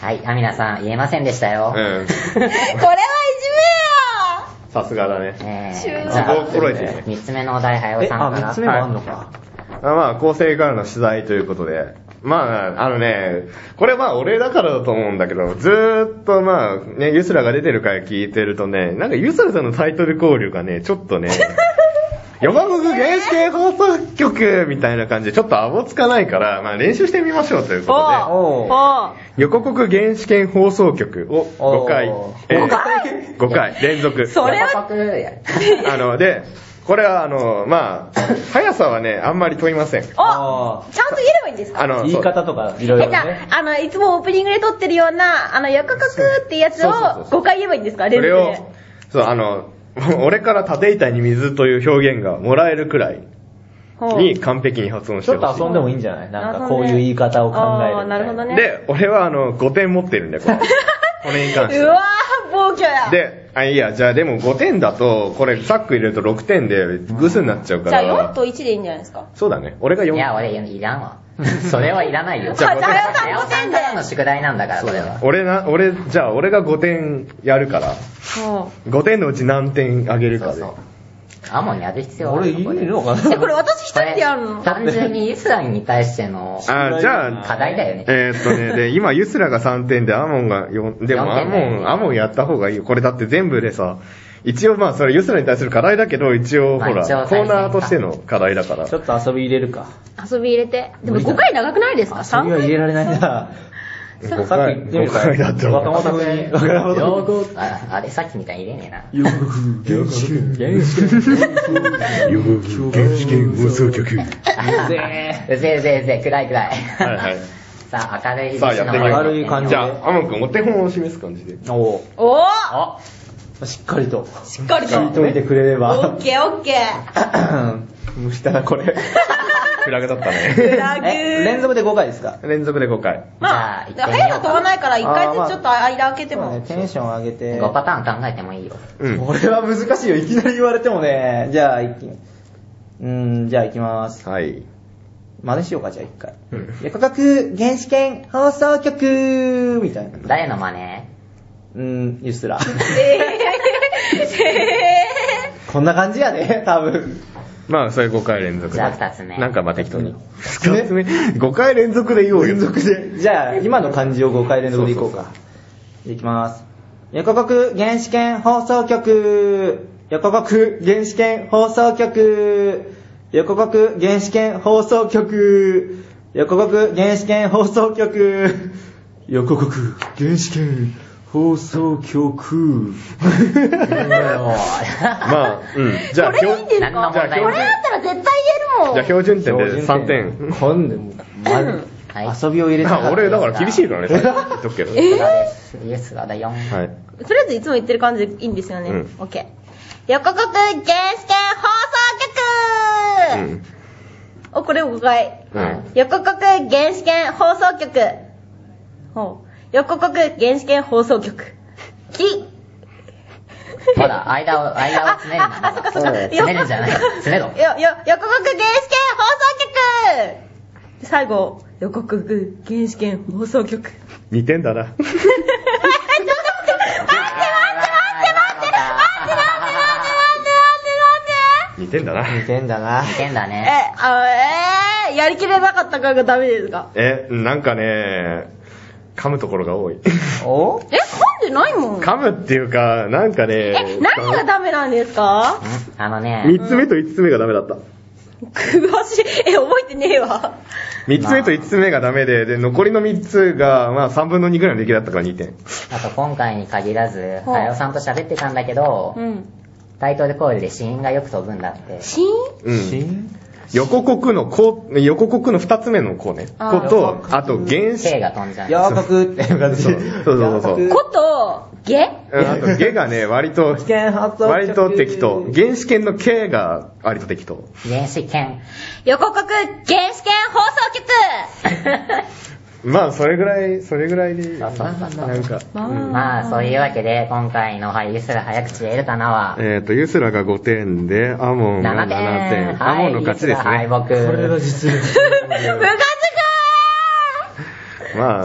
C: はい、アミナさん、言えませんでしたよ。
B: うん。
A: [laughs] これは
B: さすがだね。
C: えー
A: 中
C: じゃ
B: あ、
C: あ、
B: 心得てるね。
C: 三つ目のお題、はやお
F: え、
C: さんか
F: あ、
C: ら。
F: 三つ目もあんのか。
B: まあ、構成からの取材ということで。まあ、あのね、これまあ俺だからだと思うんだけど、ずーっとまあ、ね、ユスラが出てる回聞いてるとね、なんかユスラさんのタイトル交流がね、ちょっ
F: [laughs]
B: とね、山国原始系放送局みたいな感じで、ちょっとあぼつかないから、まあ練習してみましょうということで。
F: おー。
A: い
B: 横国原始圏放送局を5回、
F: お
B: えー、5回連
F: [laughs]
B: 続。
A: それは、
C: 僕や
B: あの、で、これはあの、まあ、速さはね、あんまり問いません。
A: お
F: あ
A: ちゃんと言えればいいんですか
B: あの、
F: 言い
B: そう
F: 方とか、いろい
A: え、
F: ろ
A: じゃ
F: ね。
A: あ、あの、いつもオープニングで撮ってるような、あの、役角っていうやつを
B: そうそうそうそ
A: 5回言えばいいんですか
B: そ
A: 連
B: れ
A: 続で。
B: を、そう、あの、 [laughs] 俺から縦板に水という表現がもらえるくらい
A: ほう
B: に完璧に発音し
F: ち
B: て
F: ょっ
B: ほし
F: と遊んでもいいんじゃないなんかこういう言い方を考えるみたい
A: あーなるほど
B: い。
A: ね。
B: で、俺はあの、5点持ってるん
A: [laughs]
B: で、これ。これに関して
A: う
B: は。
A: わぁ、暴挙や。
B: で、あ、いいや、じゃあでも5点だと、これサック入れると6点でグスになっちゃうか
A: じゃ
B: ら。
A: あ、4と1でいいんじゃないですか
B: そうだね。俺が4
C: いや、俺、いらんわ。 [laughs] それはいらないよ。
A: じゃあじゃあ
C: はやおさんからの宿題なんだから、それは。
B: 俺な、俺、じゃあ俺が5点やるから、
A: ほう。
B: 5点のうち何点あげるかで。
C: そうアモンやる必要あ
F: 俺
C: る
F: いいのか
A: え、
F: な
A: これ私一人でやるの
C: 単純にユスラに対しての
B: あ、じゃあ、
C: 課題だよね。
B: えーっとね、で、今、ユスラが3点で、アモンが4、でも
C: 4
B: ア
C: 点だよね
B: モン、アモンやった方がいいよ。これだって全部でさ、一応まあ、それユスラに対する課題だけど、一応、
C: まあ
B: ほら、
C: 一応
B: コーナーとしての課題だから
F: ち。ょっと遊び入れるか。
A: 遊び入れて。でも5回長くないですか
F: 遊びは
A: ?3
F: 入
A: 回
F: れられないな。さ
B: 5
F: っき言
B: 回、
F: って
B: 5
F: みるか
B: 回だった
F: 若
B: わ。
F: 者風に。若者風に。
C: ああれさっきみたいに入れねえな。
F: よく、厳粛、厳粛。
J: 原始圏放送局。
C: [laughs] うぜえうぜえうぜえ、暗い暗い。
B: はいはい。
C: [laughs] さあ、明るい
B: さあ、やってみよう。
F: 明るい感じ
B: じ
F: で
B: ゃあ、アモン君、お手本を示す感じで。
F: おう
A: おー
F: あ、しっかりと。
A: しっかりと。
F: 聞いといてくれれ
A: オ
F: ば
A: ッ。ケーオッケー。
F: [laughs] 無理だな、これ。
B: フラグだっ
C: [laughs]
B: たね。
A: フラグ
F: え、連続で5回ですか
B: 連続で5回。
A: まあ、
C: じゃあ行ってみよ
A: 早
C: うか
A: く飛ばないから1回ずつちょっと間開けて
D: でも
A: も
D: ね、。テンション上げて。
C: 5パターン考えてもいいよ。
B: うん。
F: これは難しいよ。いきなり言われてもね。じゃあ、一気に。うーん、じゃあ行きます。
B: はい。
F: 真似しようか、じゃあ一回。で、価格、原始圏、放送局みたいな。う
C: 誰の真似
F: ーん、ゆすら。
A: えー、え
F: こんな感じやね、多分。
B: まあ、それ5回連続で。
C: じゃあ二つ目
B: なんかまあ適当に。2つ目 ?5 回連続で言おうよ。連続で。
F: じゃあ、今の漢字を5回連続でいこうか。いきます。横国原始圏放送局。横国原始圏放送局。横国原始圏放送局。横国原始圏放送局。横国原始 [laughs] 圏放送局。
C: [laughs]
B: まあ、うん。じゃあ、
A: これいいんですか
B: じ
C: 何の問題
A: ー、こ
C: も
A: れだったら絶対言えるもん。
B: ゃあ標準点
F: 標
B: で
F: 準
B: 3点。
F: こんでも、まず
C: はい。
F: 遊びを入れた
B: あ
F: かっ
B: 俺、
F: た。
B: だから厳しいからね、最近言っとくけど。
C: イエスラです。イエスラだ4。
B: はい。
A: とりあえずいつも言ってる感じでいいんですよね。
B: うん
A: オッケー。横国原始圏放送
B: う
A: 局、
B: ん。
A: お、これ5回。
B: うん。
A: 横国原始圏放送局。ほう。横国原始圏放送局。き。
C: ほら、間を、間を詰めるんだ。
A: ああそっかそっか
C: 詰めるんじゃない。詰めろ。
A: よ、よ、横国原始圏放送局で最後、横国原始圏放送局。
B: 2点だな。2点だな。
F: 似てんだな。
C: 変だ
A: え、
C: ね。
A: あ、えー、やりきれなかったからダメですか
B: [laughs] え、なんかね、噛むところが多い。
F: お
A: え、噛んでないもん。
B: 噛むっていうか、なんかね
A: え、、何がダメなんですか
C: んあのね、
B: 3つ目と5つ目がダメだった。
A: 詳しい。え、覚えてねえわ。
B: 3つ目と5つ目がダメで、で、残りの3つが、まあ3分の2ぐらいの出来だったから2点。
C: あと今回に限らず、
A: ほう
C: はよさんと喋ってたんだけど
A: う、ん。
C: タイトルコールで死因がよく飛ぶんだって。
A: 死因
B: うん。横国のこ、横国の2つ目のこね。
A: あ
B: こ
A: ー
B: と、あと原始
C: 手が飛んじゃう。
F: やわかくって感じ。
B: そうそうそうそう
F: やわかく
A: こと、げ
B: うんあと、ゲがね、割と、
F: 試験発送
B: 割と適当。原始圏の K が割と適当。
C: 原始圏。
A: 横国原始圏放送局
B: まあ、それぐらい、それぐらいでいい。
C: そうそうそうそう
B: なんか、
C: まあ、そういうわけで、今回の俳優すら早口で得るかなは、
B: えっ、と、ユスラが5点で、アモンが7
C: 7
B: 点。
C: 点。
B: ア
C: は
B: モン
C: い、
B: の勝ちです
C: はい、
B: ね。
C: 僕。
F: 実力。
A: 部活
B: ま
C: ま
B: あ、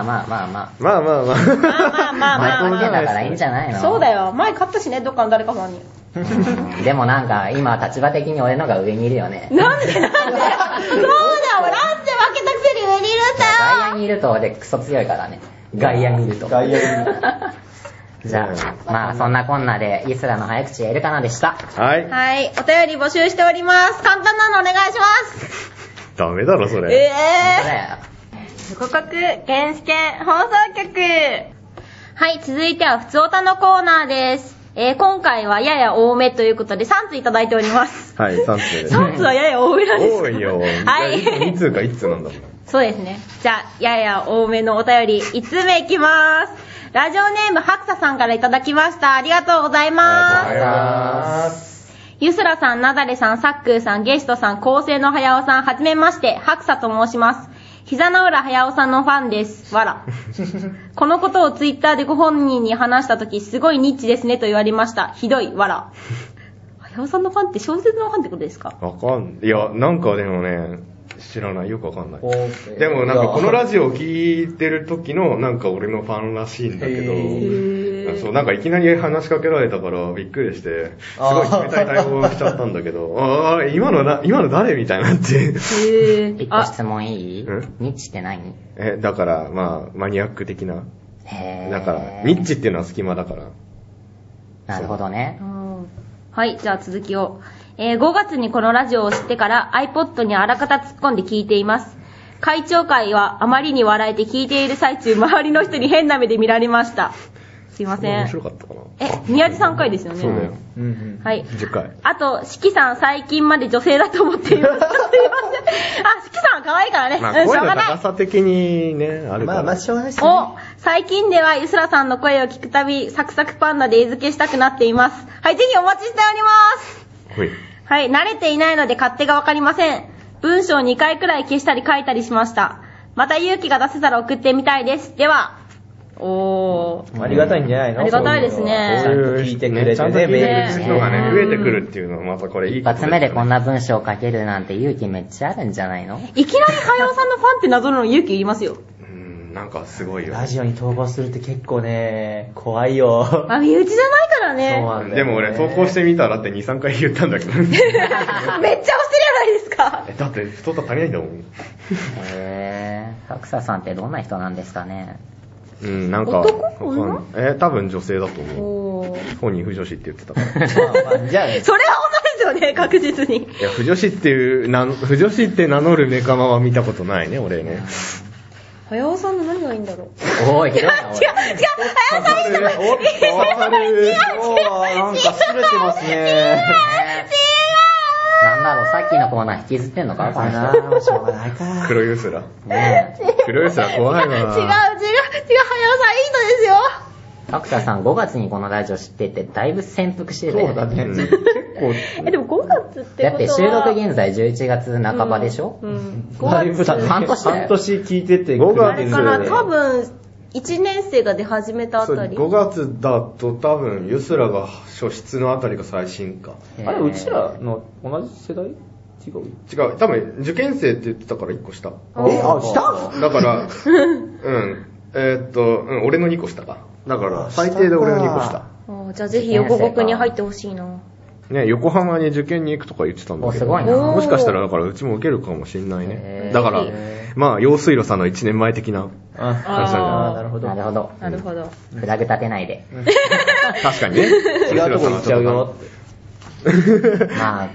C: あまあまあま
B: まあまあま
A: かまあまあ
C: あ。
B: あ。
A: まあま
C: 前の
A: あ
C: 家だからいいんじゃないの
A: そうだよ。前買ったしね、どっかの誰か [laughs] さんに。
C: うんでもなんか、今、立場的に俺のが上にいるよね。
A: なんでなんでそうだよなんで負けたくせに上にいるんだ
C: 外
A: よ
C: 野にいると俺クソ強いからね。外野にいると。
F: 外野にいる
C: じゃあ、まあそんなこんなで、イスラの早口エルカナでした。
B: はい。
A: はい、お便り募集しております。簡単なのお願いします。
B: ダメだろ、それ。
A: ええー。
C: だよ
A: 予告原始圏放送局はい、続いては、ふつおたのコーナーです。えー、今回はやや多めということで、3ついただいており [laughs] ます。
B: はい、3点です。
A: 3つはやや多めなん [laughs] ですか
B: 多いよ。
A: はい。
B: 2通か1通なんだもん。
A: そうですね。じゃあ、やや多めのお便り、5つ目いきます。ラジオネーム、ハクサさんからいただきました。ありがとうございます。ゆすらさん、なだれさん、さっくーさん、ゲストさん、構成のはやおさん、はじめまして、はくさと申します。膝の裏はやおさんのファンです。 [laughs] わら。このことをツイッターでご本人に話したとき、すごいニッチですねと言われました。ひどい、 [laughs] わら。はやおさんのファンって小説のファンってことですか
B: わかん、いや、なんかでもね、知らない。よくわかんない。
F: お
B: でもなんかこのラジオを聞いてる時のなんか俺のファンらしいんだけ
F: へ
B: ど、そうなんかいきなり話しかけられオだからびっくりして、すごい冷たい対応をしちゃったんだ
A: [laughs]
B: けど、ああ、今のな、今の誰みたいになって。
A: へぇ
C: 一
A: ー。
C: 個
A: あ、
C: 質問いい
B: うん
C: ニッチって何
B: え、だからまあマニアック的な。
C: へー
B: だから、ニッチっていうのは隙間だから。
C: なるほどね。
A: うんはい、じゃあ続きを。えー5月にこのラジオを知ってから iPod にあらかた突っ込んで聞いています。会長会はあまりに笑えて聞いている最中、周りの人に変な目で見られました。すいませ
B: 面
A: ん。
B: 白かったかな。
A: え、宮地さん回ですよね。
B: そうだよ。
F: うんうん。
A: はい。
B: 10回。
A: あと、しきさん最近まで女性だと思っていま
B: [laughs]
A: した。すいません。あ、しきさんは可愛いからね。
B: まあ
A: うん、しょう
B: 声の
A: がない
B: 高。さ的にね、ある
K: ま
B: か
K: あ
B: ら。
K: まあしょうがないですね
A: お、最近ではゆすらさんの声を聞くたび、サクサクパンダで絵付けしたくなっています。はい、ぜひお待ちしております。
B: ほい。
A: はい、慣れていないので勝手がわかりません。文章2回くらい消したり書いたりしました。また勇気が出せたら送ってみたいです。では、おー。
F: ありがたいんじゃないの
A: ありがたいですね
F: そういうのはちゃんと聞いてくれ
B: ち
F: て
B: ゃんと
F: ね、
B: 聞いてく
F: メ
B: れ
F: ー
B: て
F: ル
B: る
F: に
B: 人が
A: メ
B: ね、増
A: ール
B: えてくるっていうのはまたこれいい
C: 一
B: こと
C: 発目でこん
B: な。
C: な文章を書けるなんて勇気めっちゃあるんじゃないの
A: いきなりカヨさんのファンって謎なの勇気いりますよ。
B: うん、なんかすごいよ。
F: ラジオに投稿するって結構ね、怖いよ。
A: あ、身内じゃないからね。
F: そうなんだよね
B: でも俺投稿してみたらって2、3回言ったんだけ [laughs] ど。
A: めっちゃ押してるじゃないですか。
B: えだって太ったら足りないんだもん。
C: へぇー。格差さんってどんな人なんですかね
B: うん、なんか、
A: 男
B: わかんないえ、多分女性だと思う。
A: おー。
B: 本人不女子って言ってたから。
F: まあまあじゃあね、
A: それは女ですよね、確実に。
B: いや、不女子っていう、なん [laughs] 不女子って名乗るメカマは見たことないね、俺ね。
A: 早尾さんの何がいいんだろう。
C: [laughs] おい、 [laughs] ひどいな、
A: 違う、違う、早尾さんいいんじゃない
F: おっと、おーなんか擦れてます [laughs] ね。
C: おいなんだろう、さっきのコーナー引きずってんのかこの
F: あ
C: 人。
F: ーしょうがないか。
B: 黒ユス
A: [laughs]
B: ラ。
C: ねえ。
B: 黒ユスラ怖
A: 違
B: い
A: う、違う、違う、
B: わ。
A: 早尾さんいい人ですよ。
C: 格差さん5月にこのラジオ知ってて、だいぶ潜伏してた
F: そ
C: よ
F: うだね。
B: うん
F: 結構、
A: え、でも5月って
C: だ
A: こ
C: っ
A: とは
C: て収録現在11月半ばでしょ、
F: [laughs]
A: うん。
F: だいぶだね。
C: 半年だよ
F: 半年聞いててくれてる。
B: 五月
A: あれかな、多分、1年生が出始めたあ
B: そう
A: たり。
B: 5月だと多分、ユスラが初出のあたりが最新か。
C: へー
F: あれ、うちらの同じ世代違う
B: 違う、多分、受験生って言ってたから1個下。
F: え、あ、した
B: だから、うん。えーっと、うん、俺の2個下か。だから、最低で俺の2個下。
A: あーじゃあぜひ横国に入ってほしいな。
B: ね、横浜に受験に行くとか言ってたんだけど。
C: おすごいな
B: もしかしたら、だからうちも受けるかもしんない
C: へ
B: ね。
C: ー
B: だから、まあ、用水路さんの1年前的
C: [laughs]
B: な。
F: あ
B: あ
F: ーなるほど
C: な。るほど。
A: なるほど。
C: フラグ立てないで。
B: 確かにね。
F: 違うとこ行っちゃうよ。。
C: まあ、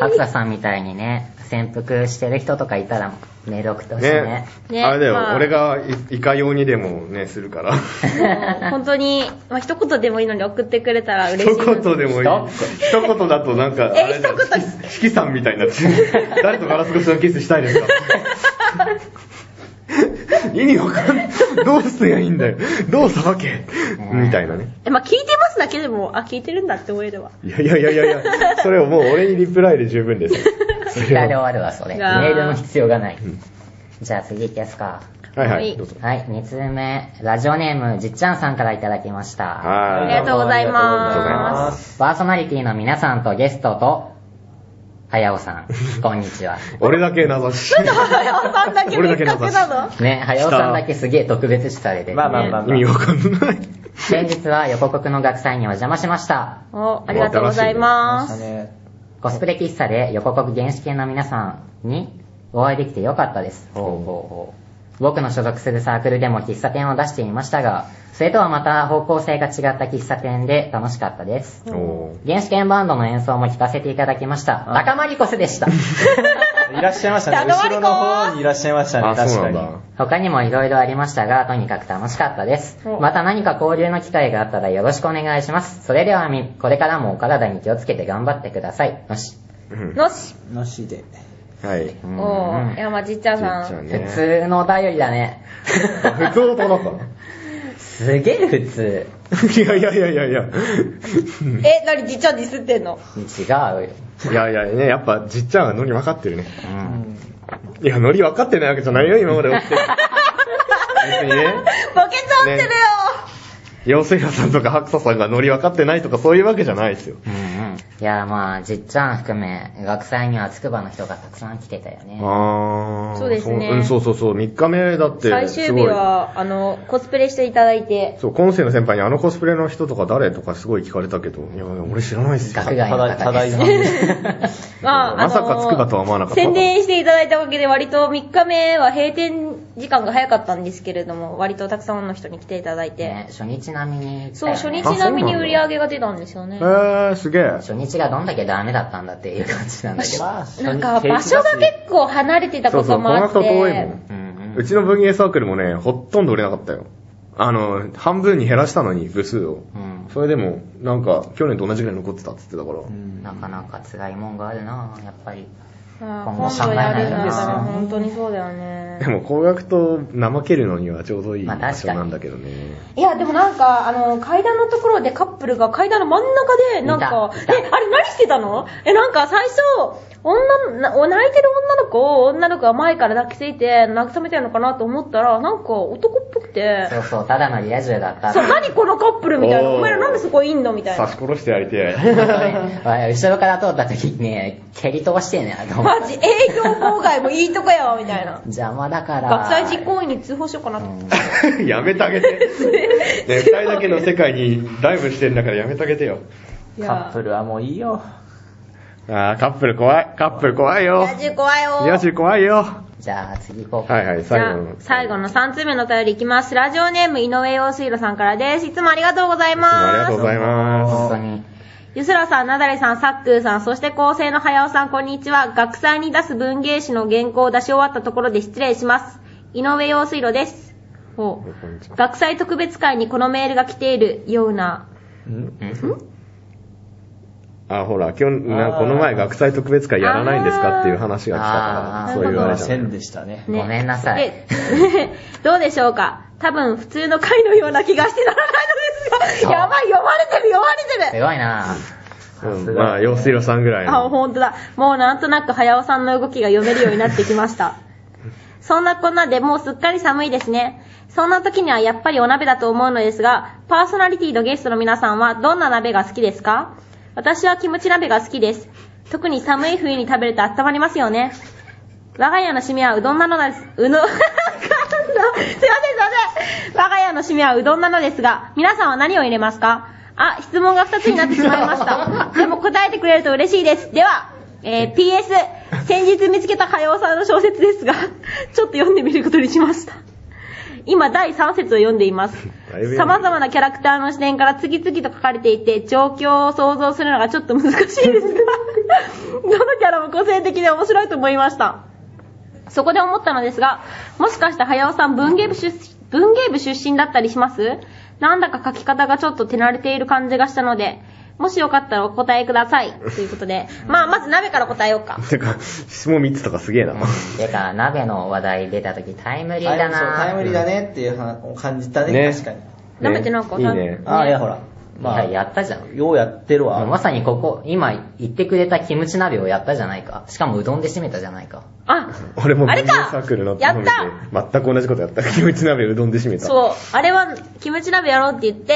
C: 格差さんみたいにね、潜伏してる人とかいたらメール送ってほしいね
B: ね。
A: ね
B: あれだよ、
A: まあ
B: 俺がいいかようにでもね、するから。
A: もう本当に、まあ、一言でもいいので送ってくれたら嬉しい
B: 一
A: なと。
B: 言でもいい。一言だとなんか、あ
A: え
B: れだよ
A: 一言
B: しきさんみたいになってる誰とガラス越しのキスしたいですか [laughs] 意味わかんない。どうすりゃいいんだよ。どうさばけ。みたいなね。
A: え、まあ、聞いてますだけでも、あ、聞いてるんだって思えれば。
B: いやいやいやいやいや、それをもう俺にリプライで十分です。
C: ツイッターで終わるわ、それ。メ
A: あー
C: ールの必要がない。じゃあ次行きますか。
B: はい
A: は
B: はいい、どうぞ。
C: はい、2通目、ラジオネーム、じっちゃんさんからいただきました。
A: あり
B: は
A: がとうございます
C: パーソナリティの皆さんとゲストと、はやおさ
F: [laughs]
C: ん、こんにちは。
B: い。俺だけ名指し。
A: 早尾さんだけ別格なの
C: ね、はやおさんだけすげえ特別視されて。
F: まあまあまあ
B: [laughs] 意
F: まあ
B: 味。わかんない。
C: 先日は横国の学祭にお邪魔しました。
A: [laughs] お、ありがとうござい
F: ま
A: ま
F: した
A: す。
F: ね
C: コスプレ喫茶で横国原始圏の皆さんにお会いできてよかったです。僕の所属するサークルでも喫茶店を出していましたが、それとはまた方向性が違った喫茶店で楽しかったです。
B: おー
C: 原始圏バンドの演奏も聴かせていただきました。
F: あ
C: 高まりこせでした。
F: いらっしゃいましたね。
A: 高ま
F: 後
A: りこ
F: ろの方にいらっしゃいましたね。
B: あ、
F: 確
B: そうなん
F: かに。
B: だ。
C: 他にも色々ありましたが、とにかく楽しかったです。
A: お
C: また何か交流の機会があったらよろしくお願いします。それではみ、これからもお体に気をつけて頑張ってください。よし。
B: うん
A: のし。
F: なしで。
B: はい。
C: う
A: お
C: ん
A: ー、山ちっちゃんさ
B: じゃあ
A: ん。
B: ね
C: 普通のお便り
A: [laughs]
C: だね。
B: 普通音だったの
C: すげえ普通。
B: [laughs] いやいやいやいやいや。
A: え、なにじっちゃんディスってんの
C: 違うよ。
B: いやいやね、やっぱじっちゃんはノリ分かってるね。
C: うん。
B: いや、ノリ分かってないわけじゃないよ、今まで起きてる。別にね、
A: ボケ通ってるよ
B: 陽水屋さんとか白沙さんがノリ分かってないとかそういうわけじゃないですよ。
C: うんうん
B: うん。
C: いやーまあ、じっちゃん含め、学祭には筑波の人がたくさん来てたよね。
B: あー。
A: そうですね
B: うん、そうそうそう。3日目だって、
A: 最終
B: す
A: 日
B: ごい。
A: は、あの、コスプレしていただいて、
B: そう、今世の先輩にあのコスプレの人とか誰とかすごい聞かれたけど、いや、俺知らないっすよ。
C: 学外の
F: ただ、た
C: 方
F: だ
C: で
F: い
C: す。
F: ま。
A: まあ、あの
B: まさか筑波とは思わなかった
A: 宣伝していただいたわけで、割と3日目は閉店時間が早かったんですけれども、割とたくさんの人に来ていただいて、
C: ね、初日並みに行ったよね
A: そう、初日並みに売り上げが出たんですよね。
B: [laughs] えー、すげえ。
C: 初日がどんだけダメだったんだっていう感じなんだけど。
A: なんか、場所が結構離れてた
B: そ
A: こ
B: うそ
A: と
B: う、
A: もあ
B: こ
A: っ
B: の後遠
A: て、
B: いもん。
C: うんう
B: うちの文芸サークルもね、ほとんど売れなかったよ。あの、半分に減らしたのに、部数を。
C: ん。
B: それでも、なんか、去年と同じぐらい残ってたって言ってたから。
C: うん。なかなか辛いもんがあるなやっぱり。
A: あー
C: 今後
A: 今
C: 考
A: 度
C: えな
A: や
C: い
A: るん
C: と
A: だ
C: な
A: から、本当にそうだよね
B: で。も、高額と怠けるのにはちょうどいい
C: まあ
B: 場
C: 確
B: 所
C: かに
B: なんだけどね。
A: いや、でもなんか、あの、階段のところでカップルが階段の真ん中で、なんか、
C: い
A: え、
C: たいた
A: あれ何してたのえ、なんか最初、女の、なお泣いてる女の子を女の子が前から抱きついて慰めてるのかなと思ったら、なんか男っぽくて、
C: そうそう、ただのリア充だった。
A: そう、何このカップルみたいな、
B: おー
A: お前らなんでそこいんのみたい
B: 刺
A: な。
B: し殺してやりて
C: わ後ろから通った時にね、蹴り飛ばしてんねと思って
A: マジ、営業妨害もいいとこやわ、みたいな。
C: 邪魔だから。
A: 学際実行委員に通報しようかなと。
B: え。やめてあげて。ね、二人だけの世界にダイブしてんだからやめてあげてよ。
A: い
F: カッ
A: や
F: プ、ルはもういいよ。
B: あー、カップル怖い。カップル怖いよ。
A: 野獣怖いよ
B: 癒し怖いよ。
C: じゃあ次行こうか。
B: はいはい、
A: じ
B: 最
A: ゃ
B: 後
A: あ
B: の、。
A: 最後の3通目のお便りいきます。ラジオネーム、井上陽水路さんからです。いつもありがとうござい
B: いつもあり
A: ま
B: が
A: す
B: とう。ございます。
C: 本当に。
A: ゆすらさん、なだれさん、さっくーさん、そして構成のはやおさん、こんにちは。学祭に出す文芸誌の原稿を出し終わったところで失礼します。井上陽水路です。ほう
B: こんにちは
A: 学祭特別会にこのメールが来ているような。
B: あ、ほら、今日、なこの前学祭特別会やらないんですかっていう話が来た
C: あ
B: から、
C: ー
B: そういうあれじゃ
F: 線
B: ん。
F: でしたね。
A: ね
C: ごめんなさい
A: で [laughs] どうでしょうか多分普通の会のような気がしてならないのです
C: そう
A: が、やばい、読まれてる、読まれて
C: す
A: る
C: ごいな
B: うん、まあ、陽水路さんぐらい
A: あ、
B: の。
A: ほんとだ。もうなんとなくはやおさんの動きが読めるようになってきました。 [laughs] そんなこんなでもうすっかり寒いですね。そんな時にはやっぱりお鍋だと思うのですが、パーソナリティのゲストの皆さんはどんな鍋が好きですか私はキムチ鍋が好きです。特に寒い冬に食べると温まりますよね。我が家の締めはうどんなのです、うの、あかんな [laughs] すいませんすいません我が家の締めはうどんなのですが、皆さんは何を入れますかあ、質問が2つになってしまいま
B: [laughs]
A: した。でも答えてくれると嬉しいです。では、えー PS、先日見つけたはやおさんの小説ですが、 [laughs] ちょっと読んでみることにしました。今、第3節を読んでいます
B: だいぶ読んでる。
A: 様々なキャラクターの視点から次々と書かれていて、状況を想像するのがちょっと難しいですが、 [laughs] どのキャラも個性的で面白いと思いました。そこで思ったのですが、もしかして早尾さん文芸部出文芸部出身だったりしますなんだか書き方がちょっと手慣れている感じがしたので、もしよかったらお答えください。ということで、まあ、まず鍋から答えようか。
B: てか、質問3つとかすげえな。
C: てか、鍋の話題出た時タイムリーだ
F: そうタイム
C: な
F: リーだねっていう話を感じた
B: ね
F: ね、確かに。
A: 鍋ってなんか
B: いいね。
F: ああ、いや、ほら。ま
C: い
F: あ、
C: や、やったじゃん。
F: ようやってるわ。
C: まさにここ、今言ってくれたキムチ鍋をやったじゃないか。しかもうどんで締めたじゃないか。
A: あ、
B: 俺も
A: あ
B: 文
A: れ
B: 芸サー
A: か
B: クルの
A: やっ
B: 見て
A: た
B: 全く同じことやった。キムチ鍋うどんで締めた。
A: そう、あれはキムチ鍋やろうって言って、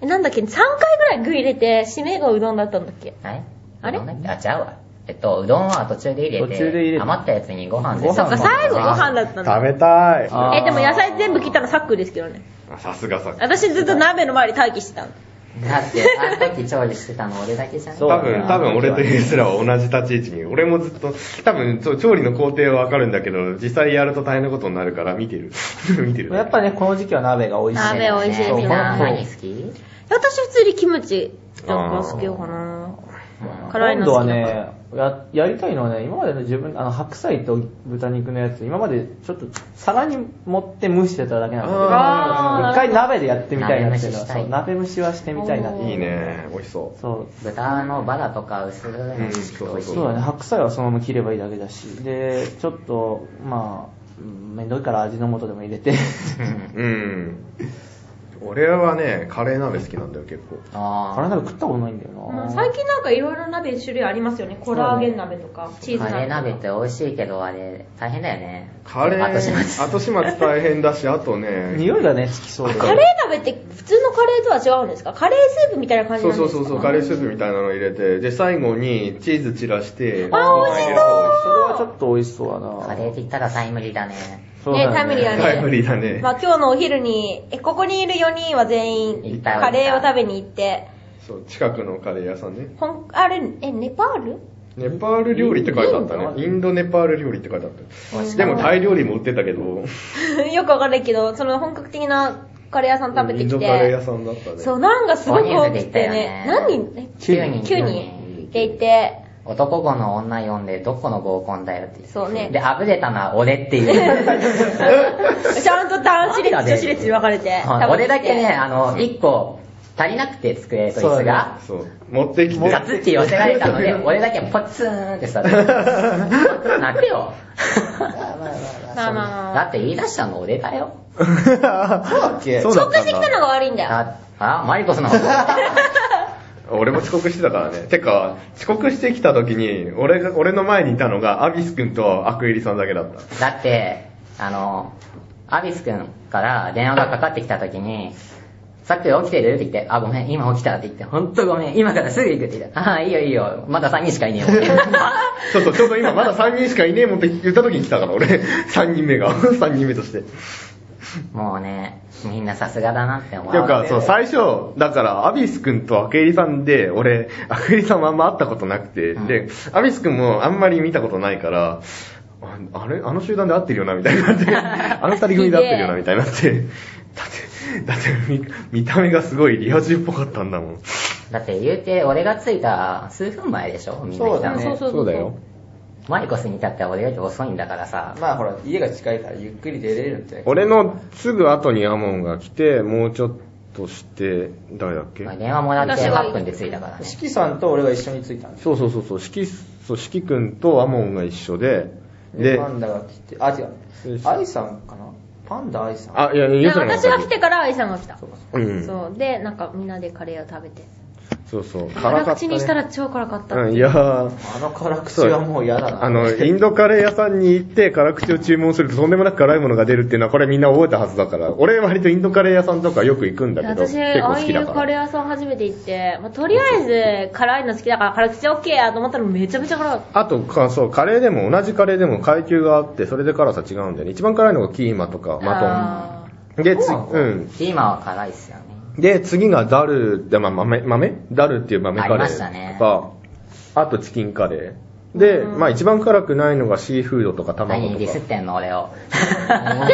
A: えなんだっけ、3回ぐらい具入れて、締めがうどんだったんだっけ。
C: はい
A: あれ
C: うどんだっけあ、ちゃうわ。えっと、うどんは途中で入れて、
F: 途中で入れて
C: 余ったやつにご飯で
F: ご飯
A: そうか、最後ご飯だったんだ。
B: 食べたい。
F: あー
A: え、でも野菜全部切ったのサックーですけどね。
B: さすがさ。
A: 私ずっと鍋の周り待機してたの。
C: だって、あの時調理してたの俺だけじゃん。
F: そう
B: 多分、多分俺とユースラは同じ立ち位置に。俺もずっと、多分、そう調理の工程はわかるんだけど、実際やると大変なことになるから見てる。 [laughs] 見てる。
F: やっぱね、この時期は鍋が美味しい。
A: 鍋美味しい
C: みんな
F: そう
C: 何好き
A: 私普通にキムチなんか好きよかな辛い
F: 今
A: の
F: 度
A: 好
F: は
A: きだから
F: ねや、やりたいのはね、今までの自分、あの、白菜と豚肉のやつ、今までちょっと皿に持って蒸してただけなんだけど、
A: あー
F: 一回鍋でやってみたいなっていうの
C: 鍋蒸しし
F: は、
C: たい
F: そう鍋蒸しはしてみたいなって
B: いいね。美味しそう。
F: そう。
C: 豚のバラとか薄いのが美味しく美味しい
F: そうだね、白菜はそのまま切ればいいだけだし、で、ちょっと、まあ、うんめんどいから味の素でも入れて、
B: うん。俺はね、カレー鍋好きなんだよ、結構。
C: あ
F: カレー鍋食ったことないんだよ
A: まあ
F: な。
A: 最近なんかいろいろ鍋種類ありますよね。コラーゲン鍋とか、チー
C: ー。
A: ズ鍋とか。
C: カレー鍋って美味しいけど、あれ、大変だよね。
B: カレー、
C: 後始末
B: 後始末大変だし、あ
A: [laughs]
B: とね、
F: 匂いがね、つきそうで。
A: カレー鍋って普通のカレーとは違うんですかカレースープみたいな感じ
B: そ
A: なん
B: う
A: です
B: そ
A: か
B: うそうそう、カレースープみたいなの入れて、で、最後にチーズ散らして、
A: あー美味しそう
F: それはちょっと美味しそうだな。
C: カレーって言ったらタイムリーだね。
F: そうだよ
A: ねタイムリーだね
B: タイムリーだね。
A: まあ今日のお昼に、え、ここにいる4人は全
C: いっ
A: 員、
C: ぱい
A: カレーを食べに行って、
B: そう、近くのカレー屋さんね。
A: ほん、あれ、え、ネパール [laughs]
B: ネパール料理って書いてあった
F: インド
B: ね。インドネパール料理って書いてあった。でもタイ料理も売ってたけど、
A: よくわかんないけど、その本格的なカレー屋さん食べて
B: イン
A: き
B: ドカレー屋
A: て、
B: さんだったね。
A: そう、なんかすごく多く
C: 大人数で行った
A: て
C: よ
A: ね
C: ね、
A: 何人え
C: 9人
A: 九人で行って、
C: 男5の女4で、どこの合コンだよって言って
A: そうね
C: で、あぶれたのは俺って
A: [laughs]
C: いう。
A: ちゃんと男子列、
C: なんだね
A: 女子列に分かれて、
C: はい
A: 食べ
C: 俺
A: てき
C: だ
A: て
C: けね、、あの、1個足りなくて机と椅子が。
B: そう。持ってきて。
C: ガツッて寄せられたの
F: [laughs]
C: で、俺だけポツーンって座って。泣くよ。
A: まあまあま
C: だ
A: あ。
C: って言い出したの俺だよ。
B: そうだ
A: 紹
B: っ
A: 介し
B: たん
A: てきた
B: だ。
A: のが悪いんだよ。
C: あ、あマリコさんの
F: [laughs]
C: 方。
B: 俺も遅刻してたからね。てか、遅刻してきた時に、俺が、俺の前にいたのが、アビス君とアクエリさんだけだった。
C: だって、あの、アビス君から電話がかかってきた時に、さっき起きてるって言って、あ、ごめん、今起きたって言って、ほんとごめん、今からすぐ行くって言って、ああ、いいよいいよ、まだ3人しかいねえよ。
F: [laughs]
B: そうそう、ちょうど今まだ3人しかいねえもんって言った時に来たから、俺。3人
C: [laughs]
B: 目が。3人目 [laughs] として。って
C: もうね、みんなさすがだなって思う。
B: いうか、そう、最初、だから、アビス君とアクエリさんで、俺、アクエリさんはあんま会ったことなくて、
C: うん
B: で、アビス君もあんまり見たことないから、ああれあの集団で合ってるよな、み
C: [laughs]
B: たいになって。あの二人組で合ってるよな、みたいになって。だって、だって見、見た目がすごいリア充っぽかったんだもん。
C: だって言うて、俺が着いた数分前でしょみんな
F: そ
C: 来
F: う
C: た
F: だ
C: の。
F: ね。
A: そうそうそうだよ。
C: マリコスに至っては俺より遅いんだからさ。
F: まあほら、家が近いからゆっくり出れるんじゃない
B: 俺のすぐ後にアモンが来て、もうちょっとして、誰だっけ
C: まあ電話もらって
A: 私は
C: 8分で着いたからね。
F: 四季さんと俺が一緒に着いたんです
B: そうそうそうそう、しき、そう、しきくんとアモンが一緒で、
F: で、
B: で
F: パ、ンダが来て、あ、違う
B: よい。しょ
F: 愛さんかなパンダ愛さん。
B: あ、いや、
A: で
B: ゆずらの
A: 私が来てから愛さんが来た。
B: うん。そ
A: そう。で、なんかみんなでカレーを食べて。
B: うそう。
A: 辛
B: かった
A: 口にしたら超辛かった。
B: うん、いやー。
F: あの辛口はもう嫌だな。
B: あの、インドカレー屋さんに行って辛口を注文するととんでもなく辛いものが出るっていうのはこれみんな覚えたはずだから、俺割とインドカレー屋さんとかよく行くんだけど、
A: 私、
B: 結
A: あ
B: 構
A: あ
B: 好き
A: い
B: だ
A: う
B: か
A: カレ
B: ら。
A: ー屋さん初めて行って、まあ、とりあえず辛いの好きだから辛口 OK やと思ったらめちゃめちゃ辛かった。
B: あとか、そう、カレーでも同じカレーでも階級があって、それで辛さ違うんだよね。一番辛いのがキーマとかマ
A: あ
B: トン。で、つ、うん。
C: キーマは辛いっすよね。
B: で、次がダル、でまあ、豆、豆ダルっていう豆カレー。
C: ありましたね
B: とかあとチキンカレー。で、まあ一番辛くないのがシーフードとか卵
C: 何
B: と
C: ディスっ
B: か。
C: てんの
B: [laughs]
C: 俺
A: ー
C: を。
A: で、さっくんの辛くなかっ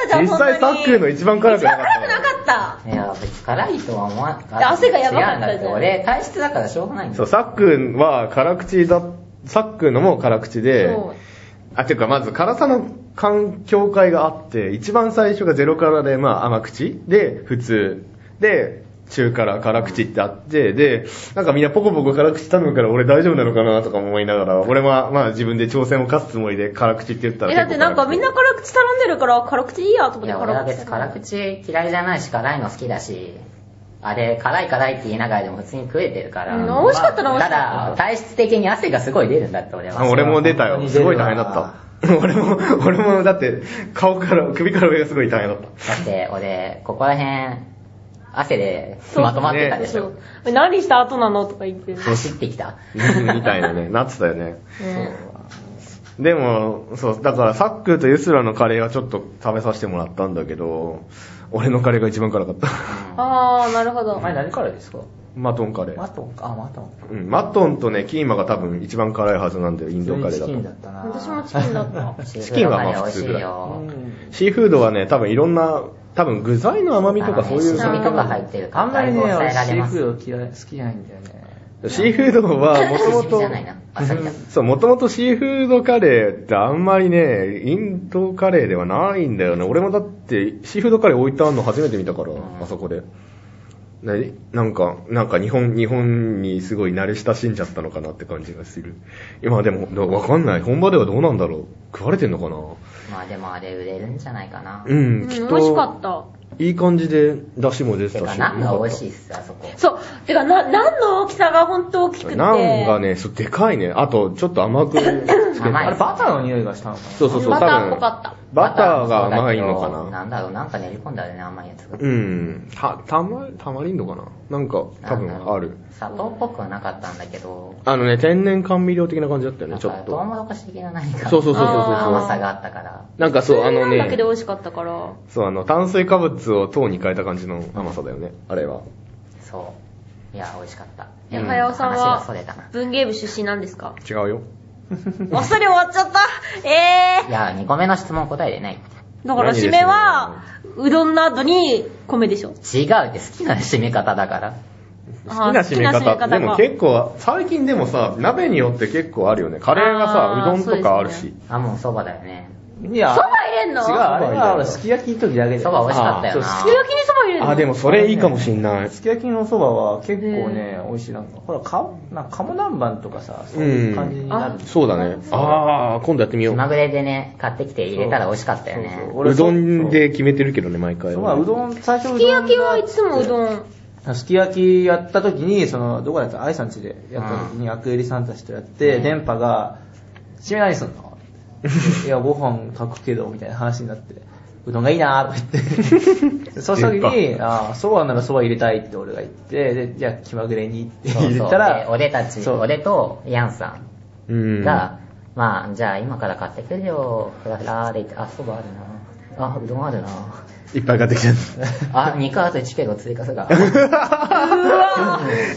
A: たじゃん、
B: 実際
A: そんな
B: さ
A: に
B: っくんの一番辛くなかった
A: 一番辛くなかっ
C: いや、別に辛いとは思わなか
A: で汗がやばかった
C: 違うんだって、俺体質だからしょうがないんだ
B: そう、
C: よ。
B: さっくんは辛口だ、さっくんのも辛口
A: た。
B: で、
A: そう
B: あ、ていうかまず辛さの環境界があって、一番最初がゼロ辛で、まあ甘口で、普通。で、中辛、辛口ってあって、で、なんかみんなポコポコ辛口頼むから俺大丈夫なのかなとか思いながら、俺はまあ自分で挑戦を勝つつもりで辛口って言ったら
A: え、だってなんかみんな辛口頼んでるから辛口いいやと思っ
C: い
A: て
C: や、俺
A: 辛
C: は
A: 口
C: 別に辛口嫌いじゃないし、辛いの好きだし、あれ、辛い辛いって言いながらでも普通に食えてるから。
A: うん美味しかったな
C: まあ
A: 美味しか
C: ただ、体質的に汗がすごい出るんだって、俺は。
B: あ俺も出たよ。すごい大変だった。俺も、俺もだって顔から、首から上がすごい大変 [laughs] だった。
C: だって、俺、ここら辺、汗でまとまってたでし
A: そ
C: ょ。
A: う。え何した後なのとか言ってる。
C: 走ってきた。
B: [laughs] みたいなね、なってたよね。
A: ね
B: でも、そう、だから、サックとユスラのカレーはちょっと食べさせてもらったんだけど、俺のカレーが一番辛かった。 [laughs]
A: あー、なるほど。
F: お前何からですか
B: マトンカレ
F: マ
B: ー。
F: トンか。あ、マトンか。
B: うん、マトンとね、キーマが多分一番辛いはずなんだよ、インドカレーだ
F: チキンだ
B: と。
F: ったな。
A: 私もチキンだった。
C: チ
B: キンはまあ普通ぐらいシーフードはね、多分いろんな、多分具材の甘みとかそういう
C: シ
A: あ
C: ャ
A: の
C: ミ
A: ね
C: とか入ってるか
F: あん
C: ら、
F: ま
C: だい
F: り
C: ぶ
F: ね、
C: 抑え
F: 俺シ
C: られ
F: ー
C: ま
F: フ
C: す。
F: ード嫌い、好きじゃないんだよね。
B: シーフードはもとも
C: シジミ
B: と
C: じゃないな。アサリだ。
B: そう、もともとシーフードカレーってあんまりね、インドカレーではないんだよね。俺もだって、シーフードカレー置いてあんの初めて見たから、あそこで。ななんか、なんか日本、日本にすごい慣れ親しんじゃったのかなって感じがする。今でも、なわかんない。本場ではどうなんだろう。食われてんのかな
C: まあでもあれ売れるんじゃないかな。
B: う
A: うん
B: ん、
A: 美味
B: きっ
A: し
B: と。
A: かった。
B: いい感じで出汁も出て
C: て
B: た
C: か、
B: し。
C: ナンが美味
B: い。
C: しいっす、あそこ。
A: そう。てか、な、何の大きさが本当大きくて。
B: ナンがね、そう、でかいね。あと、ちょっと甘くつけて。
C: 甘
F: あ
C: い
F: れ、バターの匂いがしたのかな
B: そうそうそう、
A: バ
B: 多
A: ターっ
B: 分
A: ぽかった。
B: バターが甘いの
C: バターもそう
B: か
C: だけど
B: な。
C: なんだろう、なんか練り込んだよね、甘いやつが。
B: うん。た、たま、たまりんのかななんか、多分ある。。
C: 砂糖っぽくはなかったんだけど、
B: あのね、天然甘味料的な感じだったよ
C: な
B: ね、
C: ん
B: ちょ
C: か
B: っ
C: トウ
B: と。
C: モロコシ的な何か。
B: そうそうそうそうそう
A: あー
C: 甘さがあったから。
B: なんかそう、あの
A: だけで
B: ね、
A: 美味しかったから。
B: そう、あの、炭水化物を糖に変えた感じの甘さだよね、あれは。
C: そう。いや、美味しかった。
A: え、
C: うん
A: はやおさん
C: 話が
A: は
C: それたな。、
A: 文芸部出身なんですか
B: 違うよ。
A: あっさり終わっちゃったえ
C: いや、2個目の質問答えれない。
A: ー。だから、締めは、うどんの後に米でしょ。
C: 違うって好きな締め方だから。
B: 好きな締め
A: あー好きな締め
B: 方。
A: 方
B: でも結構、最近でもさ、鍋によって結構あるよね。カレーがさ、
A: あー
B: うどんとかある
A: そう
B: し。
C: あ、もうそばだよね。
F: いや、
A: そば入れんの
F: 違う、あれは、俺、すき焼きの時だけで。
C: そば美味しかったよな。
A: すき焼きにそば入れるの
B: あ、でもそれいいかもしんない。
F: すき焼きのそばは結構ね、美味しい。なんか、ほら、か、なんか、鴨南蛮とかさ、そういう感じになる。
B: そうだね。あー、今度やってみよ
C: 気
B: う。
C: まぐれでね、買ってきて入れたら美味しかったよね。
F: そうそう
B: うどんで決めてるけどね、毎回。
F: そうまあうどん、最初うどん
A: すき焼きはい
F: も。
A: つもうどん。
F: すき焼きやった時に、その、どこだった愛さん家でやった時に、アクエリさんたちとやって、電波が、締め何すんのいや、ご飯炊くけど、みたいな話になって、うどんがいいなーとか言って、その時に、あーそばならそば入れたいって俺が言って、で、じゃあ気まぐれにって
C: そう
F: 入れ
C: そう
F: た
C: で
F: ら、
C: 俺たち、
F: そう
C: 俺とヤンさ
B: うん
C: んが、まあ、じゃあ今から買ってくるよ、ふらふらで言って、あ、そばあるな。あ、うどんあるな。
B: いっぱい買ってきちゃっ
C: あ、
B: た。
C: 肉あと1ペゴ追加するか。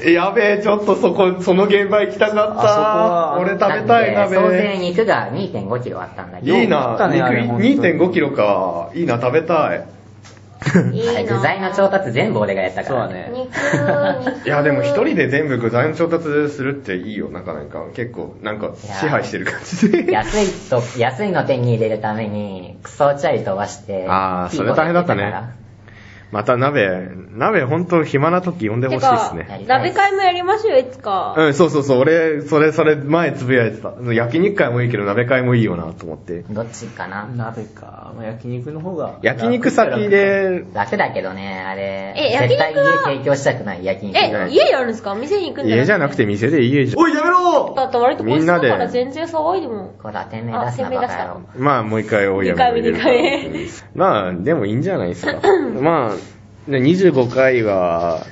B: [laughs] やべえ、ちょっとそこ、その現場行きたかっ
F: あそこ
B: た。
F: は
B: 俺食べたい
C: なんで総勢
B: 鍋。
C: 肉が2.5キロあったんだけど、
B: いい
F: よかっ
B: な、
F: たねあれ本当に
B: 肉2.5キロか。いいな、食べた
F: [laughs]
B: い。
A: いい
C: あれ
A: な
C: 具材の調達全部俺がやった
F: そ
C: から
F: うだ。ね。
A: 肉、肉。
B: いや、でも一人で全部具材の調達するっていいよ。なんかなんか、結構、なんか、支配してる感じで。
C: 安いと、安いの手に入れるために、クソチャリ飛ばして、
B: あーそれ大変だったね
C: ピーコやて
B: [laughs] また鍋、鍋ほんと暇な時呼んでほしいっす
C: て
B: ね。
C: か
A: ラベ会もやりましょうよ、いつか。
B: うん、そうそうそう、俺、それ、それ、前つぶやいてた。焼肉会もいいけど、鍋会もいいよな、と思って。
C: どっちかな。
F: 鍋か。まあ焼肉の方が。
B: 焼肉先で、
C: 楽だけどね、あれ。
A: え焼
C: 絶
A: 肉
C: 対
A: は
C: 家提供したくない、焼肉。
A: え、家やるんですか店に行くんじゃなくて
B: 家じゃなくて店で家じゃん。
F: おい、やめろ
A: だって割とこっちだから全然騒いでも。
C: ほら、店名出すな、
A: あ店名
C: バ
A: 出し
C: カ
A: た
C: 野郎。
B: まあ、もう一回大家
A: 二回目二回目
B: まあ、でもいいんじゃないですか。まあ、ね25回は、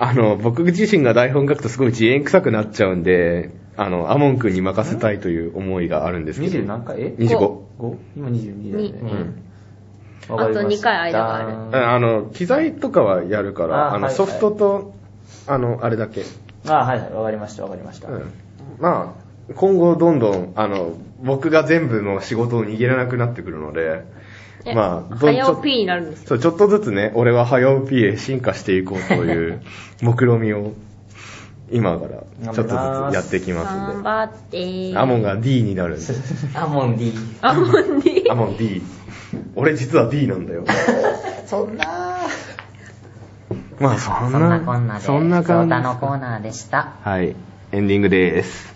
B: あの、僕自身が台本書くとすごい自演臭くなっちゃうんで、あの、アモン君に任せたいという思いがあるんですけ
F: 20
B: ど。
F: 何回え
B: 25。
F: ?5? 今22だよね。
A: ん
F: わかりました
A: あと二回間がある
B: うんあの、機材とかはやるか
F: あ
B: ら、あ
F: はいは
B: の、
F: い
B: ソフトと、あの、あれだけ。
F: あはいはい、わかりました、わかりました。
B: うんまあ、今後どんどん、あの、僕が全部の仕事を握らなくなってくるので、
A: え
B: まあ、どんち
A: 早
B: ょ
A: お P になるんですよ。
B: そう、ちょっとずつね、俺は早起きへ進化していこうという
C: [laughs]
B: 目論みを、今から、ちょっとずつやっていきます
A: 頑
B: ん
A: 張ってー。
B: で。アモンが D になるんで。
C: [laughs] アモンディ。
A: アモンディ。
B: アモン D。俺実は D なんだよ。
C: [laughs] そんな
B: まあ、そ
C: そ
B: ん
C: ん
B: な、
C: なこんなで、
B: そんな
C: ソータ
B: 感
C: の
B: じ。
C: コーナーでした。
B: はい、エンディングでーす。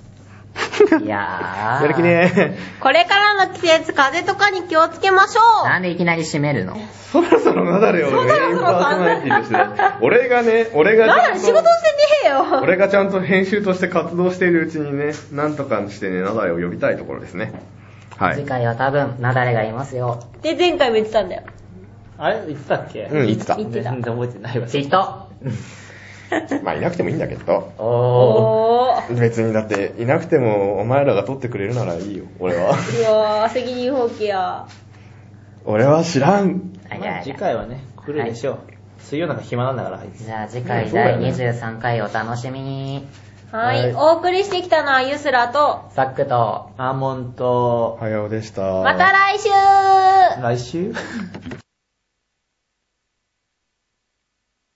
C: いやー。
B: やる気ね
A: これからの季節、風邪とかに気をつけましょう
C: なんでいきなり閉めるの
B: そろそろなだれをメインパーソナリティとして、俺がね、俺が
A: ま
B: ちゃ
A: だ
B: んと
A: 仕事してねえよ
B: 俺がちゃんと編集として活動しているうちにね、なんとかしてね、なだれを呼びたいところですね。は
C: 次
B: い。
C: 回は多分、なだれがいますよ。
A: で、前回も言ってたんだよ。
F: あれ言ってたっけ
B: うん、いつだ
A: 言ってた
F: 全。然覚え
A: [laughs]
F: てないわ。
C: ちっと。
B: まあ、いなくてもいいんだけど。
C: お
A: お
C: ー。
A: ー。
B: 別にだって、いなくてもお前らが撮ってくれるならいいよ、俺は。
A: いやー、責任放棄や。
B: [laughs] 俺は知らん。
C: あり
F: ま
C: ゃ
F: あ
C: り
F: 次
C: ゃ
F: 回はね、来るでしょう。水曜なんか暇なんだから、あいつ。
C: じゃあ次回第23回お楽しみに。
A: はい。お送りしてきたのはユスラと、
C: サックと、
F: アーモンと、
B: はようでした。
A: また来週
F: 来週